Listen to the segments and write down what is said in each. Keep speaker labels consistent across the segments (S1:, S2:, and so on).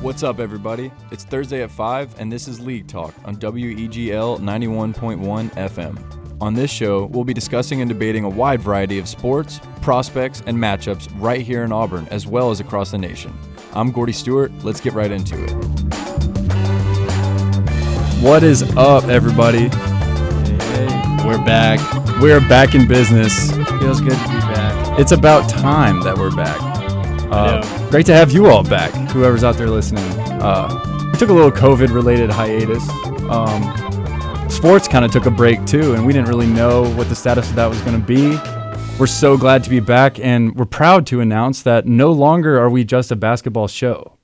S1: What's up, everybody? It's Thursday at 5, and this is League Talk on E WEGL 91.1 FM. On this show, we'll be discussing and debating a wide variety of sports, prospects, and matchups right here in Auburn, as well as across the nation. I'm Gordy Stewart. Let's get right into it.
S2: What is up, everybody? We're back. We're back in business.
S3: Feels good to be back.
S2: It's about time that we're back. Uh, great to have you all back, whoever's out there listening. Uh, we took a little COVID related hiatus. Um, sports kind of took a break too, and we didn't really know what the status of that was going to be. We're so glad to be back, and we're proud to announce that no longer are we just a basketball show.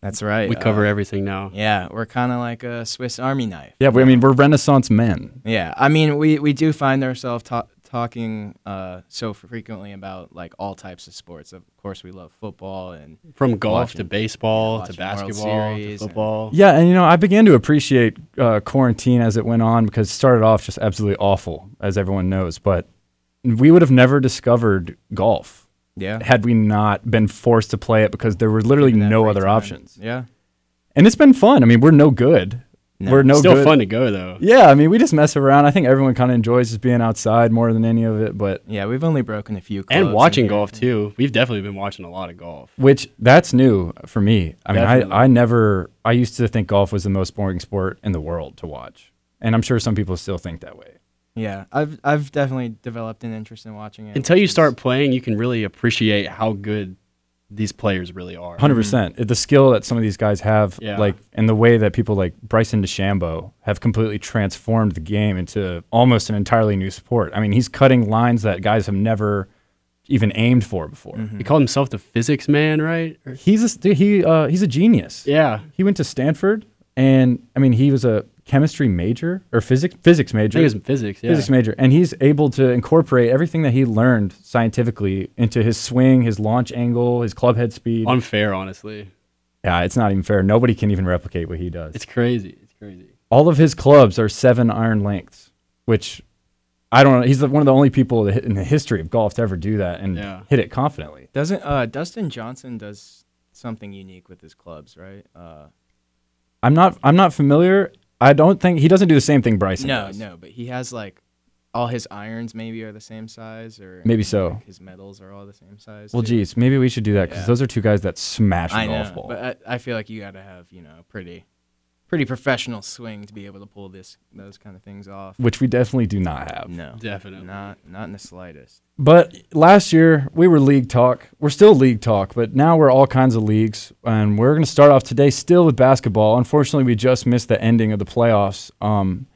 S3: That's right.
S4: We
S3: Uh,
S4: cover everything now.
S3: yeah, we're kind of like a Swiss Army knife.
S2: Yeah, we, I mean, we're Renaissance men.
S3: Yeah, I mean, we, we do find ourselves ta- talking uh, so frequently about like all types of sports. Of course, we love football and
S4: From golf
S3: Watching-
S4: to baseball
S3: yeah,
S4: to
S3: watching World
S4: basketball to
S3: Series and-
S4: football.
S2: Yeah, and you know, I began to appreciate uh, quarantine as it went on because it started off just absolutely awful, as everyone knows. But we would have never discovered golf
S3: yeah,
S2: had we not been forced to play it because there were literally no
S3: free
S2: other
S3: time.
S2: options.
S3: yeah.
S2: And it's been fun. I mean, we're no good. We're no
S4: Still
S2: good.
S4: fun to go though.
S2: Yeah, I mean, we just mess around. I think everyone kind of enjoys just being outside more than any of it. But
S3: Yeah, we've only broken a few. clubs
S4: And
S3: in
S4: watching
S3: here.
S4: golf too. We've definitely been watching a lot of golf.
S2: which that's new for me. I mean,
S3: Definitely.
S2: I, I never, I used to think golf was the most boring sport in the world to watch. And I'm sure some people still think that way.
S3: Yeah, I've I've definitely developed an interest in watching it
S4: Until you
S3: which is-
S4: start playing, you can really appreciate how good these players really are.
S2: Hundred percent. The skill that some of these guys have,
S4: Mm-hmm. Yeah.
S2: like, and the way that people like Bryson DeChambeau have completely transformed the game into almost an entirely new sport. I mean, he's cutting lines that guys have never even aimed for before.
S4: He called himself the physics man, right? Or-
S2: He's a st- he uh, he's a genius.
S4: yeah.
S2: He went to Stanford, and I mean, he was a chemistry major or physics physics
S4: I
S2: major.
S4: think it was in physics. Yeah.
S2: physics major, and he's able to incorporate everything that he learned scientifically into his swing, his launch angle, his club head speed.
S4: Unfair, honestly.
S2: yeah, it's not even fair. Nobody can even replicate what he does.
S4: It's crazy. It's crazy.
S2: all of his clubs are seven iron lengths, which I don't know. He's the, one of the only people that hit- in the history of golf to ever do that and
S4: Yeah.
S2: hit it confidently.
S3: Doesn't uh, Dustin Johnson does something unique with his clubs, right? Uh,
S2: I'm not. I'm not familiar. I don't think he doesn't do the same thing Bryson
S3: No,
S2: does.
S3: no, but he has like all his irons maybe are the same size, or
S2: Maybe so.
S3: His medals are all the same size.
S2: Well,
S3: too.
S2: geez, maybe we should do that because
S3: Yeah.
S2: those are two guys that smash the
S3: I
S2: golf
S3: know,
S2: ball.
S3: but I, I feel like you got to have you know a pretty, pretty professional swing to be able to pull this those kind of things off.
S2: which we definitely do not have.
S3: No,
S4: Definitely.
S3: not not in the slightest.
S2: But last year we were league talk. We're still league talk, but now we're all kinds of leagues, and we're going to start off today still with basketball. Unfortunately, we just missed the ending of the playoffs. Um,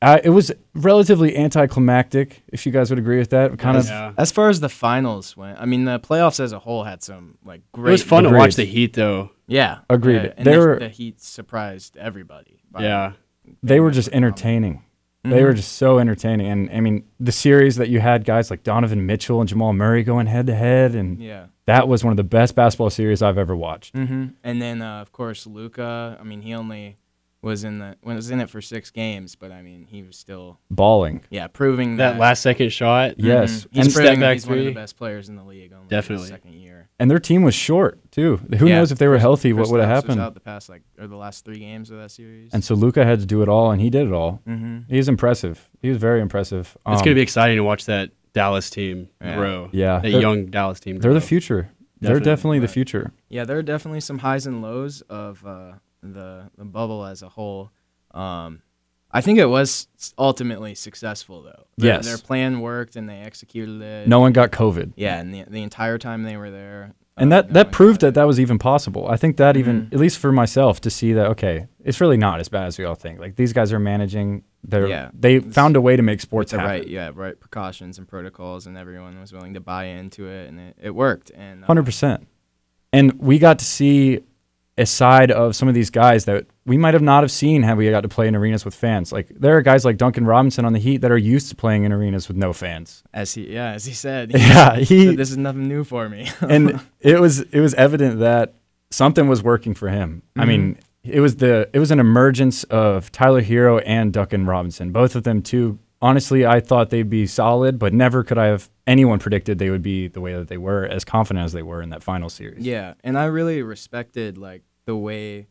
S2: I, it was relatively anticlimactic, if you guys would agree with that. Kind of,
S4: Yeah.
S3: As far as the finals went, I mean the playoffs as a whole had some like
S4: It
S3: great.
S4: was fun to
S2: Agreed.
S4: watch the Heat though.
S3: Yeah,
S2: Agreed.
S3: yeah, and
S2: They
S3: the,
S2: were-
S3: the Heat surprised everybody. by
S4: Yeah.
S2: they were just entertaining. They
S3: Mm-hmm.
S2: were just so entertaining, and I mean, the series that you had guys like Donovan Mitchell and Jamal Murray going head to head, and
S3: Yeah.
S2: that was one of the best basketball series I've ever watched.
S3: hmm And then uh, of course Luca. I mean he only was in the when was in it for six games, but I mean he was still
S2: Balling,
S3: yeah proving that,
S4: That last second shot.
S3: Mhm.
S2: yes,
S3: He's
S2: and,
S4: step
S3: proving that
S4: back
S3: he's one of the
S4: three.
S3: best players in the league. Only
S4: Definitely.
S3: his second year.
S2: and their team was short too. Who
S3: Yeah.
S2: knows if they were healthy, what
S3: Kristaps
S2: would have
S3: was
S2: happened?
S3: Out the past like or the last three games of that series.
S2: And so Luca had to do it all, and he did it all.
S3: mm-hmm.
S2: He was impressive. He was very impressive.
S4: It's
S2: Um,
S4: gonna be exciting to watch that Dallas team
S3: Yeah.
S4: grow.
S2: Yeah.
S4: that
S2: They're-
S4: young Dallas team.
S2: They're the
S4: grow.
S2: future. they're
S4: Definitely,
S2: definitely the
S3: right.
S2: future.
S3: Yeah, there are definitely some highs and lows of uh, the the bubble as a whole. Um, I think it was s- ultimately successful though. Their,
S2: Yes.
S3: their plan worked and they executed it.
S2: No one got COVID,
S3: Yeah, and the, the entire time they were there.
S2: and
S3: uh,
S2: that
S3: no
S2: that
S3: one
S2: proved
S3: got
S2: that that was even possible. I think that even,
S3: Mhm.
S2: at least for myself, to see that okay, it's really not as bad as we all think. Like these guys are managing. They're
S3: Yeah.
S2: they
S3: It's-
S2: found a way to make sports
S3: the
S2: happen.
S3: right, yeah, right precautions and protocols, and everyone was willing to buy into it, and it, it worked. And uh,
S2: Hundred percent. And we got to see a side of some of these guys that we might have not have seen had we got to play in arenas with fans. Like there are guys like Duncan Robinson on the Heat that are used to playing in arenas with no fans.
S3: as he, yeah, as he said, he
S2: Yeah, he
S3: said, this is nothing new for me.
S2: and it was it was evident that something was working for him. I mean,
S3: Mm-hmm.
S2: it was the it was an emergence of Tyler Hero and Duncan Robinson. Both of them too. Honestly, I thought they'd be solid, but never could I have anyone predicted they would be the way that they were, as confident as they were in that final series.
S3: Yeah, and I really respected like the the way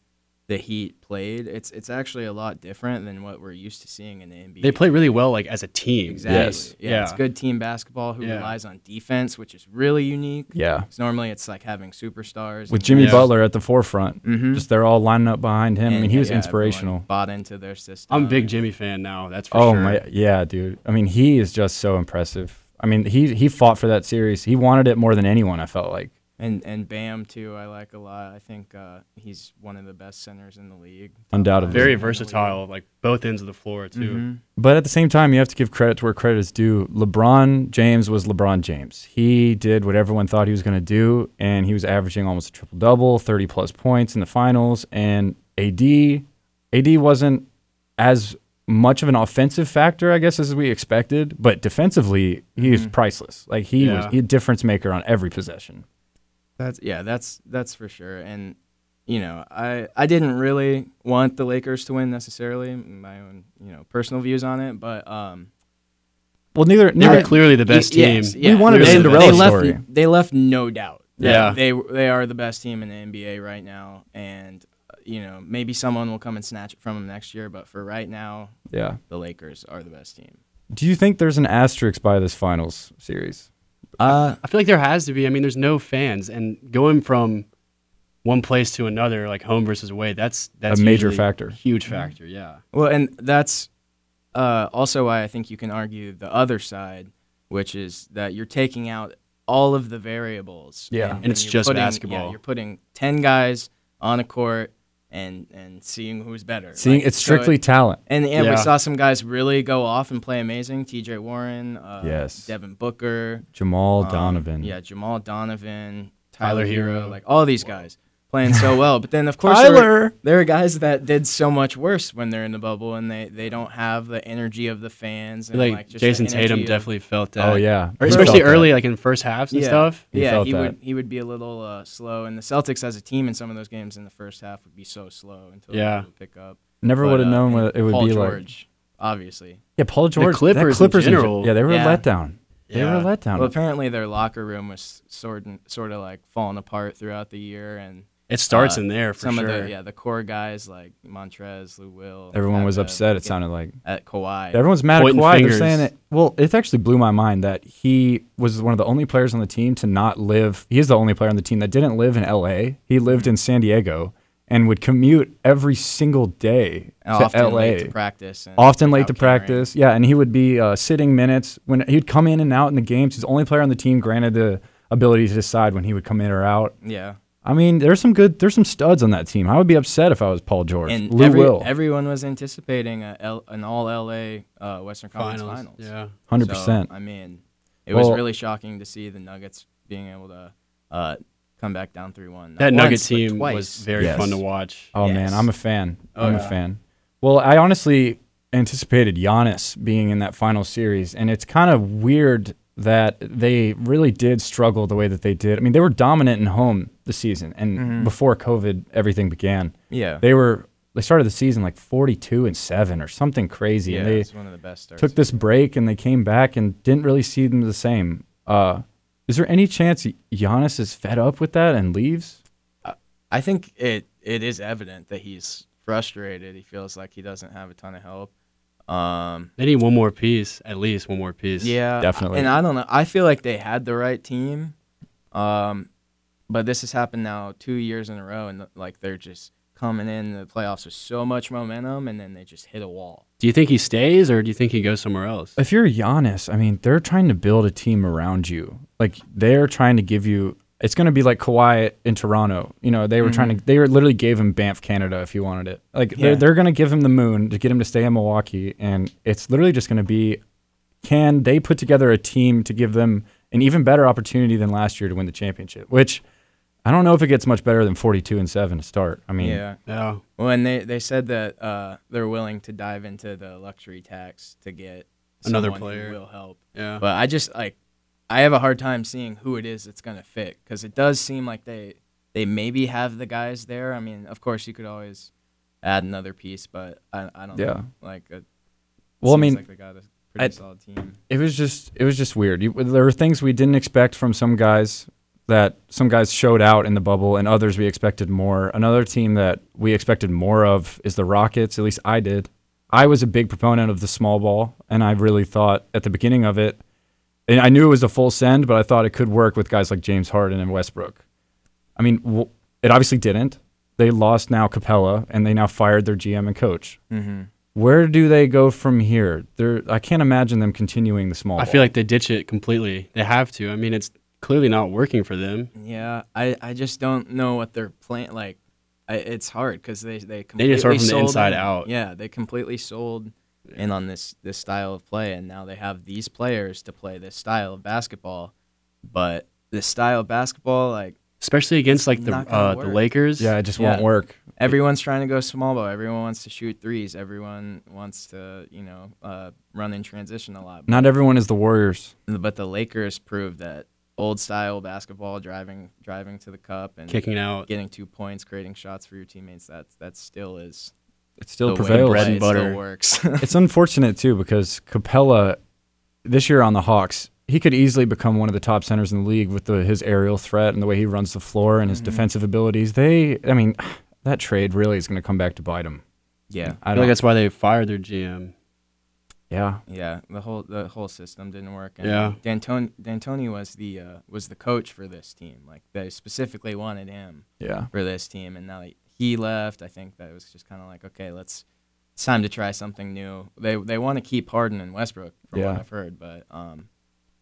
S3: the Heat played, it's it's actually a lot different than what we're used to seeing in the NBA.
S4: They play really well, like as a team.
S3: exactly.
S2: Yes.
S3: Yeah,
S4: Yeah.
S3: it's good team basketball who
S4: Yeah.
S3: relies on defense, which is really unique.
S2: Yeah.
S3: 'Cause normally it's like having superstars
S2: With
S3: and-
S2: Jimmy
S4: Yeah.
S2: Butler at the forefront,
S3: Mhm.
S2: just they're all lining up behind him. I
S3: and,
S2: mean, he was
S3: yeah, everyone
S2: inspirational.
S3: Bought into their system.
S4: I'm a big Jimmy fan now. That's for
S2: Oh
S4: sure.
S2: my, yeah, dude. I mean, he is just so impressive. I mean, he he fought for that series. He wanted it more than anyone. I felt like.
S3: And and Bam too, I like a lot. I think uh, he's one of the best centers in the league.
S2: Undoubtedly.
S4: Very versatile, like both ends of the floor too.
S3: Mhm.
S2: But at the same time, you have to give credit to where credit is due. LeBron James was LeBron James. He did what everyone thought he was going to do, and he was averaging almost a triple double, 30 plus points in the finals. And AD, AD wasn't as much of an offensive factor, I guess, as we expected. But defensively, he
S3: Mm-hmm.
S2: was priceless. Like he was
S4: Yeah.
S2: he a difference maker on every possession.
S3: That's yeah, that's that's for sure. And you know, I I didn't really want the Lakers to win necessarily. My own you know personal views on it, but um,
S2: Well, neither
S4: They were
S2: neither.
S4: clearly the best
S3: y-
S4: team.
S3: yes, yeah.
S2: wanted
S4: a
S3: They-
S2: Cinderella
S3: they left,
S2: story.
S3: They left no doubt. that
S4: Yeah.
S3: they they are the best team in the NBA right now, and uh, you know maybe someone will come and snatch it from them next year, but for right now,
S2: Yeah.
S3: the Lakers are the best team.
S2: Do you think there's an asterisk by this finals series?
S3: Uh,
S4: I feel like there has to be. I mean, there's no fans, and going from one place to another, like home versus away, that's that's
S2: A major
S4: usually
S2: factor.
S4: huge
S3: Mm-hmm.
S4: factor. Yeah,
S3: Well, and that's uh, also why I think you can argue the other side, which is that you're taking out all of the variables.
S2: Yeah.
S4: And it's
S3: you're
S4: just
S3: putting- yeah,
S4: basketball.
S3: you're putting ten guys on a court and and seeing who's better.
S2: Seeing
S3: Like,
S2: it's
S3: so it-
S2: strictly talent.
S3: and and
S4: Yeah.
S3: we saw some guys really go off and play amazing. T.J. Warren, uh,
S2: Yes.
S3: Devin Booker,
S2: Jamal
S3: um,
S2: Donovan.
S3: yeah, Jamal Donovan, Tyler,
S4: Tyler
S3: Hero,
S4: Hero.
S3: like all these guys playing so well. But then of course there were-
S2: Tyler.
S3: there are guys that did so much worse when they're in the bubble and they, they don't have the energy of the fans and
S4: like,
S3: like just the
S4: Jason Tatum
S3: energy of-
S4: definitely felt that.
S2: Oh yeah.
S4: Or
S2: He
S4: especially
S2: felt that.
S4: early, like in first halves and
S3: yeah.
S4: stuff.
S2: He
S3: yeah,
S2: felt
S3: he
S2: that.
S3: would he would be a little uh, slow, and the Celtics as a team in some of those games in the first half would be so slow until
S4: Yeah.
S3: they would pick up.
S2: Never
S3: But,
S2: would have
S3: uh,
S2: known
S3: and
S2: what it would
S3: Paul
S2: be like.
S3: George, obviously.
S2: Yeah, Paul George. that
S4: Clippers in
S2: Clippers in
S4: general.
S2: ge- yeah, they were
S3: Yeah.
S2: let down. They
S4: Yeah.
S2: were let down.
S3: Well, apparently their locker room was sort sort of like falling apart throughout the year, and
S4: It starts
S3: Uh,
S4: in there for
S3: some
S4: sure.
S3: of the yeah the core guys like Montrez, Lou Will.
S2: Everyone
S3: had
S2: was
S3: to
S2: upset. It
S3: get
S2: sounded like
S3: at Kawhi.
S2: everyone's mad at
S4: Pointing
S2: Kawhi. They're
S4: fingers.
S2: saying it. Well, it actually blew my mind that he was one of the only players on the team to not live. He is the only player on the team that didn't live in L.A. He lived in San Diego and would commute every single day
S3: and
S2: to
S3: often
S2: L.A.
S3: late to practice. and
S2: often late to
S3: without carrying.
S2: practice. Yeah, and he would be uh, sitting minutes when he'd come in and out in the games. He's the only player on the team granted the ability to decide when he would come in or out.
S3: Yeah.
S2: I mean, there's some good, there's some studs on that team. I would be upset if I was Paul George.
S3: and
S2: Lou
S3: every-
S2: Will,
S3: everyone was anticipating a L, an all LA uh, Western Conference
S4: finals.
S3: Finals.
S4: Yeah.
S2: hundred
S3: So,
S2: percent.
S3: I mean, it
S2: Well-
S3: was really shocking to see the Nuggets being able to uh, come back down three one.
S4: That Nugget team was very
S2: Yes.
S4: fun to watch.
S2: Oh
S3: yes.
S2: man, I'm a fan.
S3: Oh,
S2: I'm a
S3: yeah.
S2: fan. Well, I honestly anticipated Giannis being in that final series, and it's kind of weird that they really did struggle the way that they did. I mean, they were dominant in home the season, and before COVID, everything began.
S3: Mm-hmm. yeah.
S2: they were they started the season like 42 and 7 or something crazy
S3: yeah,
S2: and they
S3: it's one of the best starts.
S2: took this break and they came back and didn't really see them the same uh is there any chance Giannis is fed up with that and leaves?
S3: I think it it is evident that he's frustrated. He feels like he doesn't have a ton of help. Um,
S4: They need one more piece, at least one more piece.
S3: yeah,
S2: Definitely.
S3: And I don't know. I feel like they had the right team, um, but this has happened now two years in a row, and like they're just coming in the playoffs with so much momentum, and then they just hit a wall.
S4: Do you think he stays or do you think he goes somewhere else?
S2: If you're Giannis, I mean, they're trying to build a team around you. Like they're trying to give you it's going to be like Kawhi in Toronto. You know, they were trying to they were literally gave him Banff Canada if he wanted it. Like
S3: Mm-hmm. Yeah.
S2: they're they're going to give him the moon to get him to stay in Milwaukee and it's literally just going to be can they put together a team to give them an even better opportunity than last year to win the championship? Which I don't know if it gets much better than 42 and 7 to start. I mean,
S3: Yeah.
S4: Yeah.
S3: Well, and they, they said that uh, they're willing to dive into the luxury tax to get
S4: Another
S3: someone who
S4: player.
S3: will help.
S4: Yeah.
S3: But I just like I have a hard time seeing who it is that's gonna fit because it does seem like they they maybe have the guys there. I mean, of course you could always add another piece, but I I don't
S2: Yeah.
S3: know. Like it
S2: well, I
S3: seems
S2: mean,
S3: like they got a pretty
S2: I-
S3: solid team.
S2: it was just it was just weird. You, there were things we didn't expect from some guys that some guys showed out in the bubble and others we expected more. Another team that we expected more of is the Rockets, at least I did. I was a big proponent of the small ball, and I really thought at the beginning of it, and I knew it was a full send, but I thought it could work with guys like James Harden and Westbrook. I mean, w- it obviously didn't. They lost now Capella, and they now fired their GM and coach.
S3: Mm-hmm.
S2: Where do they go from here? They're, I can't imagine them continuing the small.
S4: I
S2: ball.
S4: feel like they ditch it completely. They have to. I mean, it's clearly not working for them.
S3: Yeah, I, I just don't know what they're playing. Like, I, it's hard because they they
S4: They
S3: completely
S4: just start from the
S3: sold
S4: inside
S3: in-
S4: out.
S3: Yeah, they completely sold in on this this style of play, and now they have these players to play this style of basketball. But this style of basketball, like
S4: especially against like the
S3: not gonna
S4: uh, the
S3: work.
S4: Lakers.
S2: yeah, it just
S3: Yeah.
S2: won't work.
S3: everyone's trying to go small ball, everyone wants to shoot threes, everyone wants to you know uh, run in transition a lot.
S2: Not everyone is the Warriors.
S3: But the Lakers proved that old style basketball, driving driving to the cup and
S4: kicking out.
S3: getting two points, creating shots for your teammates, that that still is
S2: It still
S3: the way
S2: prevails.
S3: bread
S4: and
S3: and butter
S4: butter.
S3: still works.
S2: it's unfortunate too because Capella this year on the Hawks, he could easily become one of the top centers in the league with the, his aerial threat and the way he runs the floor
S3: Mm-hmm.
S2: and his defensive abilities. They, I mean, that trade really is going to come back to bite him.
S3: yeah,
S4: I
S2: I
S4: feel
S2: don't.
S4: like that's why they fired their GM.
S2: yeah,
S3: yeah. The whole the whole system didn't work.
S4: Yeah.
S3: D'Antoni D'Antoni was the uh, was the coach for this team. Like they specifically wanted him
S2: yeah.
S3: for this team, and now that he left. I think that it was just kind of like okay, let's. It's time to try something new. They they want to keep Harden and Westbrook from
S2: Yeah.
S3: what I've heard, but um,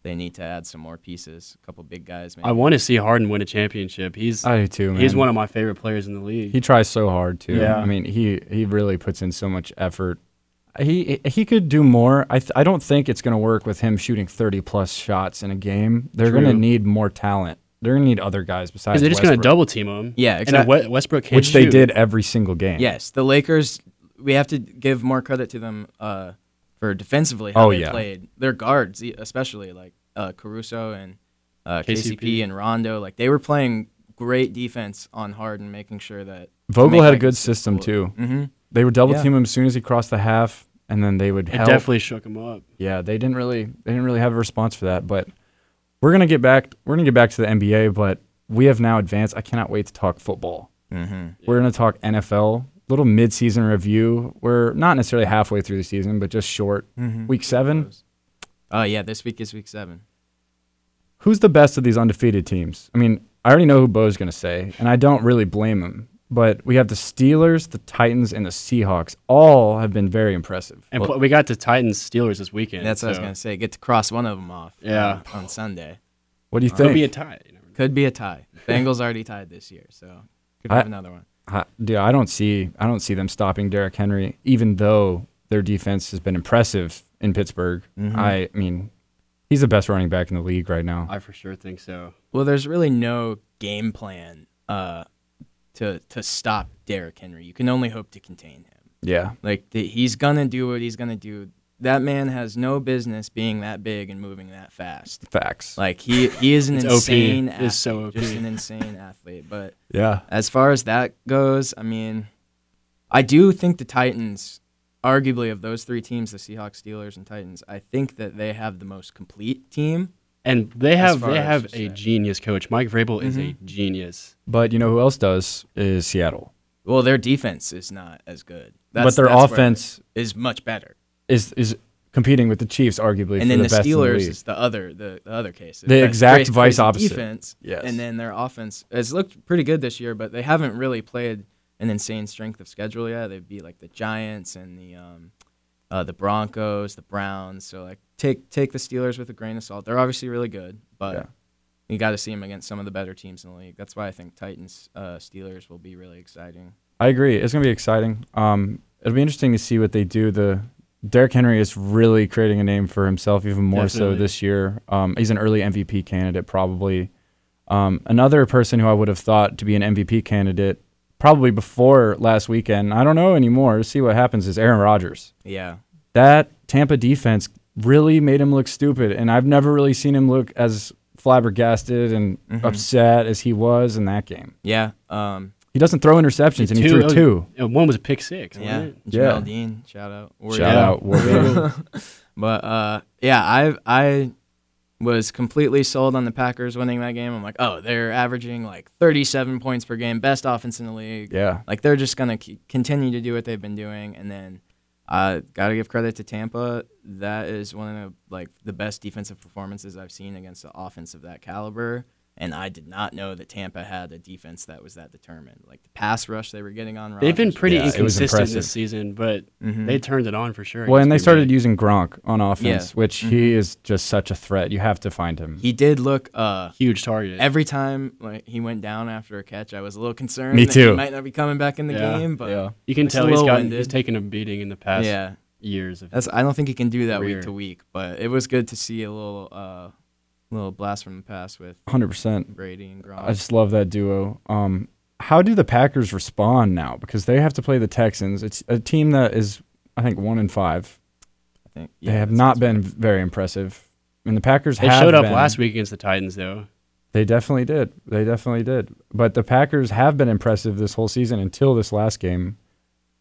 S3: they need to add some more pieces. A couple big guys, maybe.
S4: I want to see Harden win a championship. He's
S2: I do too, man.
S4: he's one of my favorite players in the league.
S2: He tries so hard too.
S4: Yeah.
S2: I mean, he he really puts in so much effort. He he could do more. I th- I don't think it's going to work with him shooting 30 plus shots in a game. They're going to
S4: True.
S2: need more talent. They're going to need other guys besides
S4: Because they're just going to
S2: Westbrook,
S4: double team him.
S3: Yeah,
S4: And
S3: exact-
S4: Wes- Westbrook can't
S2: which they
S4: shoot.
S2: did every single game.
S3: Yes, the Lakers. We have to give more credit to them uh, for defensively how
S2: Oh,
S3: they
S2: yeah.
S3: played. Their guards, e- especially like uh, Caruso and uh, KCP.
S4: KCP.
S3: and Rondo, like they were playing great defense on Harden, making sure that
S2: Vogel
S3: make,
S2: had a
S3: like,
S2: good system too.
S4: Mm-hmm.
S3: hmm
S2: They would double
S3: Yeah.
S2: team him as soon as he crossed the half, and then they would
S4: It
S2: help.
S4: definitely shook him up.
S2: yeah, they didn't really they didn't really have a response for that. But we're gonna get back we're gonna get back to the NBA, but we have now advanced. I cannot wait to talk football.
S3: hmm
S2: We're gonna talk NFL, little midseason review. We're not necessarily halfway through the season, but just short.
S4: Mm-hmm.
S2: Week seven.
S3: Uh, yeah, this week is week seven.
S2: Who's the best of these undefeated teams? I mean, I already know who Bo's gonna say, and I don't really blame him. But we have the Steelers, the Titans, and the Seahawks. All have been very impressive.
S4: And pl- we got the Titans Steelers this weekend.
S3: That's what I was
S4: so
S3: gonna say. Get to cross one of them off. um,
S4: Yeah.
S3: on, on Sunday
S2: What do you
S4: Uh, Could
S2: think?
S4: be a tie. you never know.
S3: could be a tie. Bengals already tied this year, so could
S2: I-
S3: have another one.
S2: I, dude, I don't see I don't see them stopping Derrick Henry, even though their defense has been impressive in Pittsburgh. I mean, he's the best running back in the league right now.
S4: Mm-hmm. I for sure think so.
S3: Well, there's really no game plan uh, to to stop Derrick Henry. You can only hope to contain him.
S2: yeah,
S3: Like th he's gonna do what he's gonna do. That man has no business being that big and moving that fast.
S2: facts.
S3: Like he he is an
S4: It's OP.
S3: insane athlete,
S4: It's so OP.
S3: just an insane athlete. But
S2: yeah,
S3: as far as that goes, I mean, I do think the Titans, arguably of those three teams, the Seahawks, Steelers, and Titans, I think that they have the most complete team.
S4: And they
S3: As
S4: have
S3: far
S4: they
S3: as
S4: have
S3: just
S4: a
S3: that.
S4: genius coach. Mike Vrabel is a genius.
S2: but you know who else does is Seattle.
S3: Well, their defense is not as good,
S2: but their
S3: that's where-
S2: offense
S3: is much better.
S2: is is competing with the Chiefs, arguably. for
S3: And then the,
S2: best in
S3: Steelers
S2: league.
S3: is the other the, the other case.
S2: The
S3: That's
S2: exact
S3: crazy-
S2: vice
S3: crazy
S2: opposite.
S3: Defense.
S2: Yes.
S3: And then their offense has looked pretty good this year, but they haven't really played an insane strength of schedule yet. They beat like the Giants and the um, uh, the Broncos, the Browns. So like take take the Steelers with a grain of salt. They're obviously really good, but.
S2: Yeah.
S3: You got to see them against some of the better teams in the league. That's why I think Titans, uh, Steelers will be really exciting.
S2: I agree. It's gonna be exciting. Um, it'll be interesting to see what they do. The Derrick Henry is really creating a name for himself even more so
S4: Definitely.
S2: this year. Um, he's an early MVP candidate probably. Um, another person who I would have thought to be an MVP candidate probably before last weekend. I don't know anymore. See what happens is Aaron Rodgers.
S3: Yeah,
S2: That Tampa defense really made him look stupid, and I've never really seen him look as flabbergasted and upset as he was in that game.
S3: yeah, um,
S2: He doesn't throw interceptions, and he
S4: Two-
S2: threw two.
S4: and one was a pick six. wasn't
S3: yeah.
S4: it?
S3: Jamel
S2: Yeah.
S3: Dean, shout out. Warriors.
S2: Shout
S4: Yeah.
S2: out Warrior.
S3: But uh, yeah, I I was completely sold on the Packers winning that game. I'm like, oh, they're averaging like 37 points per game, best offense in the league.
S2: Yeah.
S3: Like they're just gonna c- continue to do what they've been doing, and then uh, gotta give credit to Tampa. That is one of the, like the best defensive performances I've seen against the offense of that caliber. And I did not know that Tampa had a defense that was that determined. Like the pass rush they were getting on.
S4: They've been
S3: Rodgers-
S4: pretty
S2: Yeah, it was
S4: inconsistent
S2: impressive.
S4: this season, but
S3: Mhm.
S4: they turned it on for sure.
S2: Well, and they
S4: against Green Bay.
S2: started using Gronk on offense,
S3: Yeah.
S2: which he is just such a threat. You have to find him.
S3: He did look uh,
S4: huge target.
S3: every time like he went down after a catch, I was a little concerned.
S2: Me
S3: that
S2: too.
S3: He might not be coming back in the
S4: Yeah.
S3: game, but yeah,
S4: you can
S3: Looks
S4: tell
S3: a
S4: he's
S3: little
S4: gotten,
S3: winded.
S4: he's taken a beating in the past years. Of,
S3: that's. I don't think he can do that
S4: Career.
S3: week to week, but it was good to see a little uh, little blast from the past with
S2: 100%.
S3: Brady and Gronk.
S2: I just love that duo. Um, how do the Packers respond now? Because they have to play the Texans. It's a team that is, I think, one in five.
S3: I think
S2: they have not been very impressive. And the Packers
S4: they
S2: have
S4: showed up
S2: been-
S4: last week against the Titans, though.
S2: They definitely did. They definitely did. But the Packers have been impressive this whole season until this last game.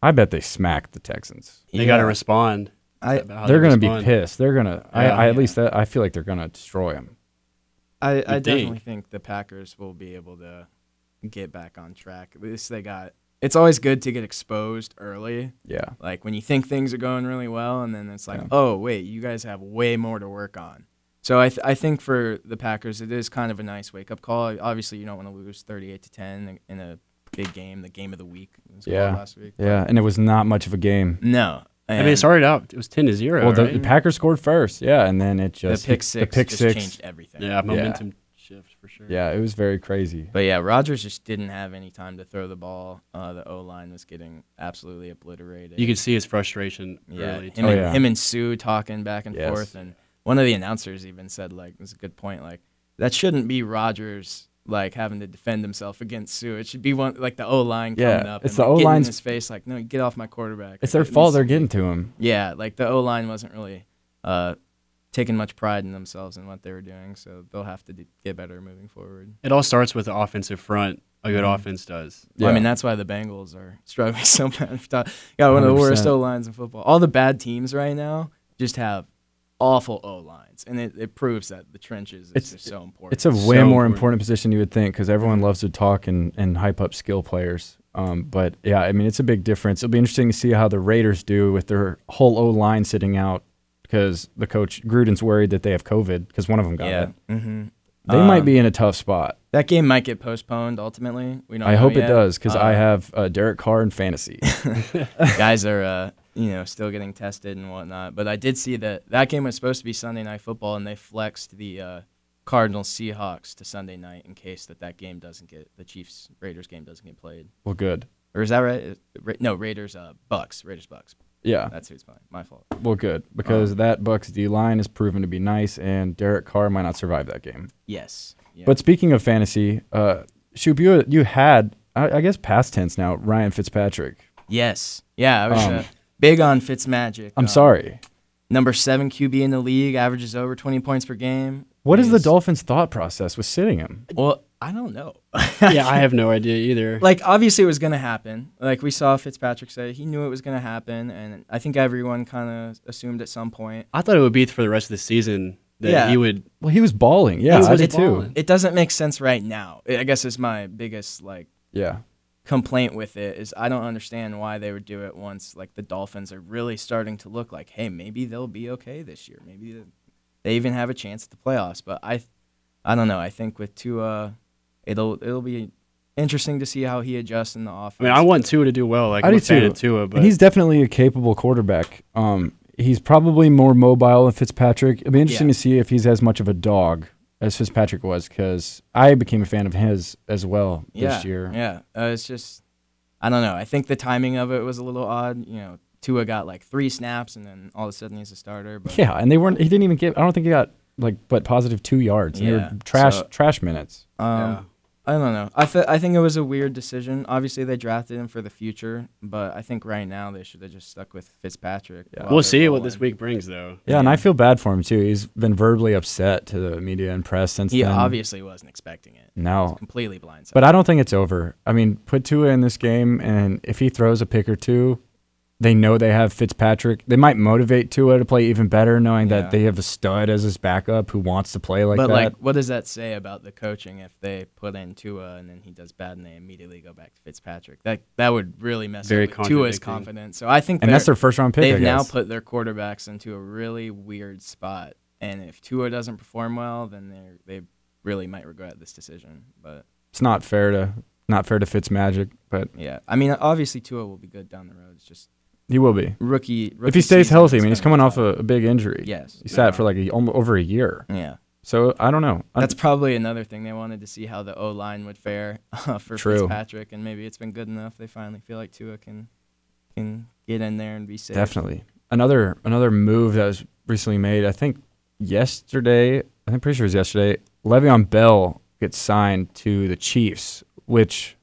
S2: I bet they smacked the Texans.
S4: They got to respond.
S3: I,
S4: about how they
S2: they're going to be
S4: respond.
S2: pissed. They're going to. I,
S4: Yeah.
S2: I at least that, I feel like they're going to destroy them.
S3: I, I
S4: think.
S3: definitely think the Packers will be able to get back on track. At least they got. It's always good to get exposed early.
S2: Yeah.
S3: Like when you think things are going really well, and then it's like,
S2: Yeah.
S3: oh wait, you guys have way more to work on. So I, th- I think for the Packers, it is kind of a nice wake up call. Obviously, you don't want to lose thirty eight to ten in a big game, the game of the week. it was called
S2: Yeah.
S3: last week.
S2: Yeah. And it was not much of a game.
S3: No,
S4: I mean, it started out, it was 10 to 0.
S2: Well, the,
S4: right?
S2: the Packers scored first. Yeah. And then it
S3: the
S2: just.
S3: pick six,
S2: The pick
S3: just
S2: six.
S3: changed everything.
S4: yeah, momentum shift for sure.
S2: Yeah. It was very crazy.
S3: But yeah, Rodgers just didn't have any time to throw the ball. Uh, the O line was getting absolutely obliterated.
S4: You could see his frustration
S3: yeah,
S4: early.
S3: him,
S2: Oh,
S3: and,
S2: yeah.
S3: him and Sue talking back and
S2: Yes.
S3: forth, and one of the announcers even said like, "It's a good point. Like that shouldn't be Rodgers like having to defend himself against Sue. It should be one like the O line
S2: Yeah,
S3: coming up.
S2: it's
S3: and,
S2: the
S3: like, getting in
S2: O-line's-
S3: his face like, no, get off my quarterback.
S2: It's
S3: Like,
S2: their
S3: at
S2: fault
S3: least-
S2: they're getting to him.
S3: yeah, like the O line wasn't really uh, taking much pride in themselves and what they were doing, so they'll have to d- get better moving forward.
S4: It all starts with the offensive front. A
S2: Mm-hmm.
S4: good offense does.
S3: Well, I
S2: Yeah.
S3: mean, that's why the Bengals are struggling so much. Got one of the worst
S2: 100%.
S3: O lines in football. All the bad teams right now just have awful O lines, and it, it proves that the trenches is
S2: It's-
S3: just so important.
S2: It's a way
S4: So
S2: more important.
S4: important.
S2: position you would think because everyone loves to talk and, and hype up skill players. Um, but yeah, I mean, it's a big difference. It'll be interesting to see how the Raiders do with their whole O line sitting out because the coach Gruden's worried that they have COVID because one of them got
S3: yeah.
S2: it.
S3: hmm
S2: They might
S3: Um,
S2: be in a tough spot.
S3: That game might get postponed ultimately. We don't.
S2: I
S3: know
S2: hope it
S3: yet.
S2: does because I
S3: oh, Uh,
S2: have uh, Derek Carr in fantasy.
S3: guys are uh, you know still getting tested and whatnot. But I did see that that game was supposed to be Sunday night football, and they flexed the uh, Cardinals Seahawks to Sunday night in case that that game doesn't get the Chiefs Raiders game doesn't get played.
S2: well, good.
S3: Or is that right? It- Ra- no, Raiders uh, Bucks. Raiders Bucks.
S2: Yeah.
S3: That's who's mine. My fault.
S2: Well, good because that Bucks D line is proven to be nice, and Derek Carr might not survive that game.
S3: Yes. Yeah.
S2: But speaking of fantasy, uh, Shoop, you, you had, I, I guess, past tense now, Ryan Fitzpatrick.
S3: yes. Yeah. I was
S2: Um,
S3: uh, big on Fitzmagic.
S2: I'm
S3: Um,
S2: sorry.
S3: Number seven QB in the league, averages over 20 points per game.
S2: What is the
S3: He's-
S2: Dolphins' thought process with sitting him?
S3: Well, I don't know.
S4: yeah, I have no idea either.
S3: like obviously it was gonna happen. Like we saw Fitzpatrick say he knew it was gonna happen, and I think everyone kind of assumed at some point.
S4: I thought it would be for the rest of the season that
S3: Yeah.
S4: he would.
S2: Well, he was bawling. Yeah,
S4: He
S2: I
S4: was
S2: did too.
S4: balling.
S3: It doesn't make sense right now. I I guess is my biggest like
S2: Yeah,
S3: complaint with it is I don't understand why they would do it once like the Dolphins are really starting to look like hey maybe they'll be okay this year maybe th- they even have a chance at the playoffs but I th- I don't know I think with Tua it'll it'll be interesting to see how he adjusts in the offense
S4: I mean, I want Tua to do well. Like
S2: I
S4: I'm
S2: do
S4: a fan
S2: too.
S4: of Tua, but
S2: and he's definitely a capable quarterback. Um, he's probably more mobile than Fitzpatrick. It'll be interesting
S3: Yeah.
S2: to see if he's as much of a dog as Fitzpatrick was, because I became a fan of his as well
S3: yeah,
S2: this year.
S3: yeah uh, it's just I don't know I think the timing of it was a little odd you know Tua got like three snaps and then all of a sudden he's a starter but
S2: Yeah, and they weren't. He didn't even get. I don't think he got like but positive two yards. And
S3: Yeah,
S2: They were trash,
S3: so-
S2: trash minutes.
S3: um,
S4: Yeah.
S3: I don't know. I, th- I think it was a weird decision. Obviously, they drafted him for the future, but I think right now they should have just stuck with Fitzpatrick. while
S4: we'll
S3: they're
S4: see what this
S3: rolling.
S4: week brings, though.
S2: Yeah, and I feel bad for him too. He's been verbally upset to the media and press since
S3: He
S2: then.
S3: obviously wasn't expecting it.
S2: No,
S3: Completely blindsided.
S2: But I don't think it's over. I mean, put Tua in this game, and if he throws a pick or two, they know they have Fitzpatrick. They might motivate Tua to play even better, knowing
S3: Yeah.
S2: that they have a stud as his backup who wants to play like
S3: but
S2: that.
S3: like, what does that say about the coaching if they put in Tua and then he does bad and they immediately go back to Fitzpatrick? That that would really mess
S4: Very
S3: up with Tua's
S4: contradicting.
S3: confidence. So I think
S2: and that's
S3: they're-
S2: their first round pick. I
S3: They've now
S2: guess.
S3: put their quarterbacks into a really weird spot, and if Tua doesn't perform well, then they they really might regret this decision. But
S2: it's not fair to not fair to Fitzmagic, but
S3: yeah, I mean, obviously Tua will be good down the road. It's just
S2: he will be
S3: rookie. rookie
S2: if he stays
S3: season,
S2: healthy. I
S3: it's
S2: mean, he's coming
S3: gonna be
S2: off a,
S3: tough.
S2: a big injury.
S3: yes,
S2: he sat for like a, almo- over a year.
S3: yeah.
S2: So I don't know. I-
S3: That's probably another thing they wanted to see how the O line would fare uh, for
S2: True.
S3: Fitzpatrick, and maybe it's been good enough. They finally feel like Tua can can get in there and be safe.
S2: Definitely. Another another move that was recently made, I think yesterday, I think I'm pretty sure it was yesterday, Le'Veon Bell gets signed to the Chiefs, which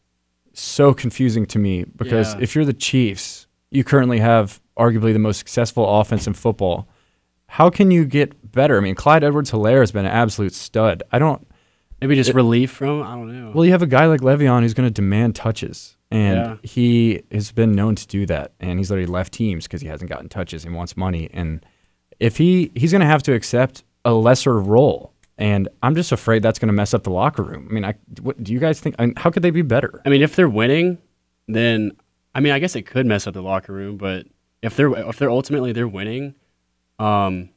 S2: is so confusing to me because
S4: Yeah.
S2: if you're the Chiefs, you currently have arguably the most successful offense in football. How can you get better? I mean, Clyde Edwards Hilaire has been an absolute stud. I don't
S4: Maybe just relief from I don't know.
S2: well, you have a guy like Le'Veon who's going to demand touches, and
S4: Yeah.
S2: he has been known to do that. And he's already left teams because he hasn't gotten touches and wants money. And if he he's going to have to accept a lesser role, and I'm just afraid that's going to mess up the locker room. I mean, I what, do you guys think? I mean, how could they be better?
S4: I mean, if they're winning, then I mean, I guess it could mess up the locker room. But if they're if they're ultimately they're winning, um,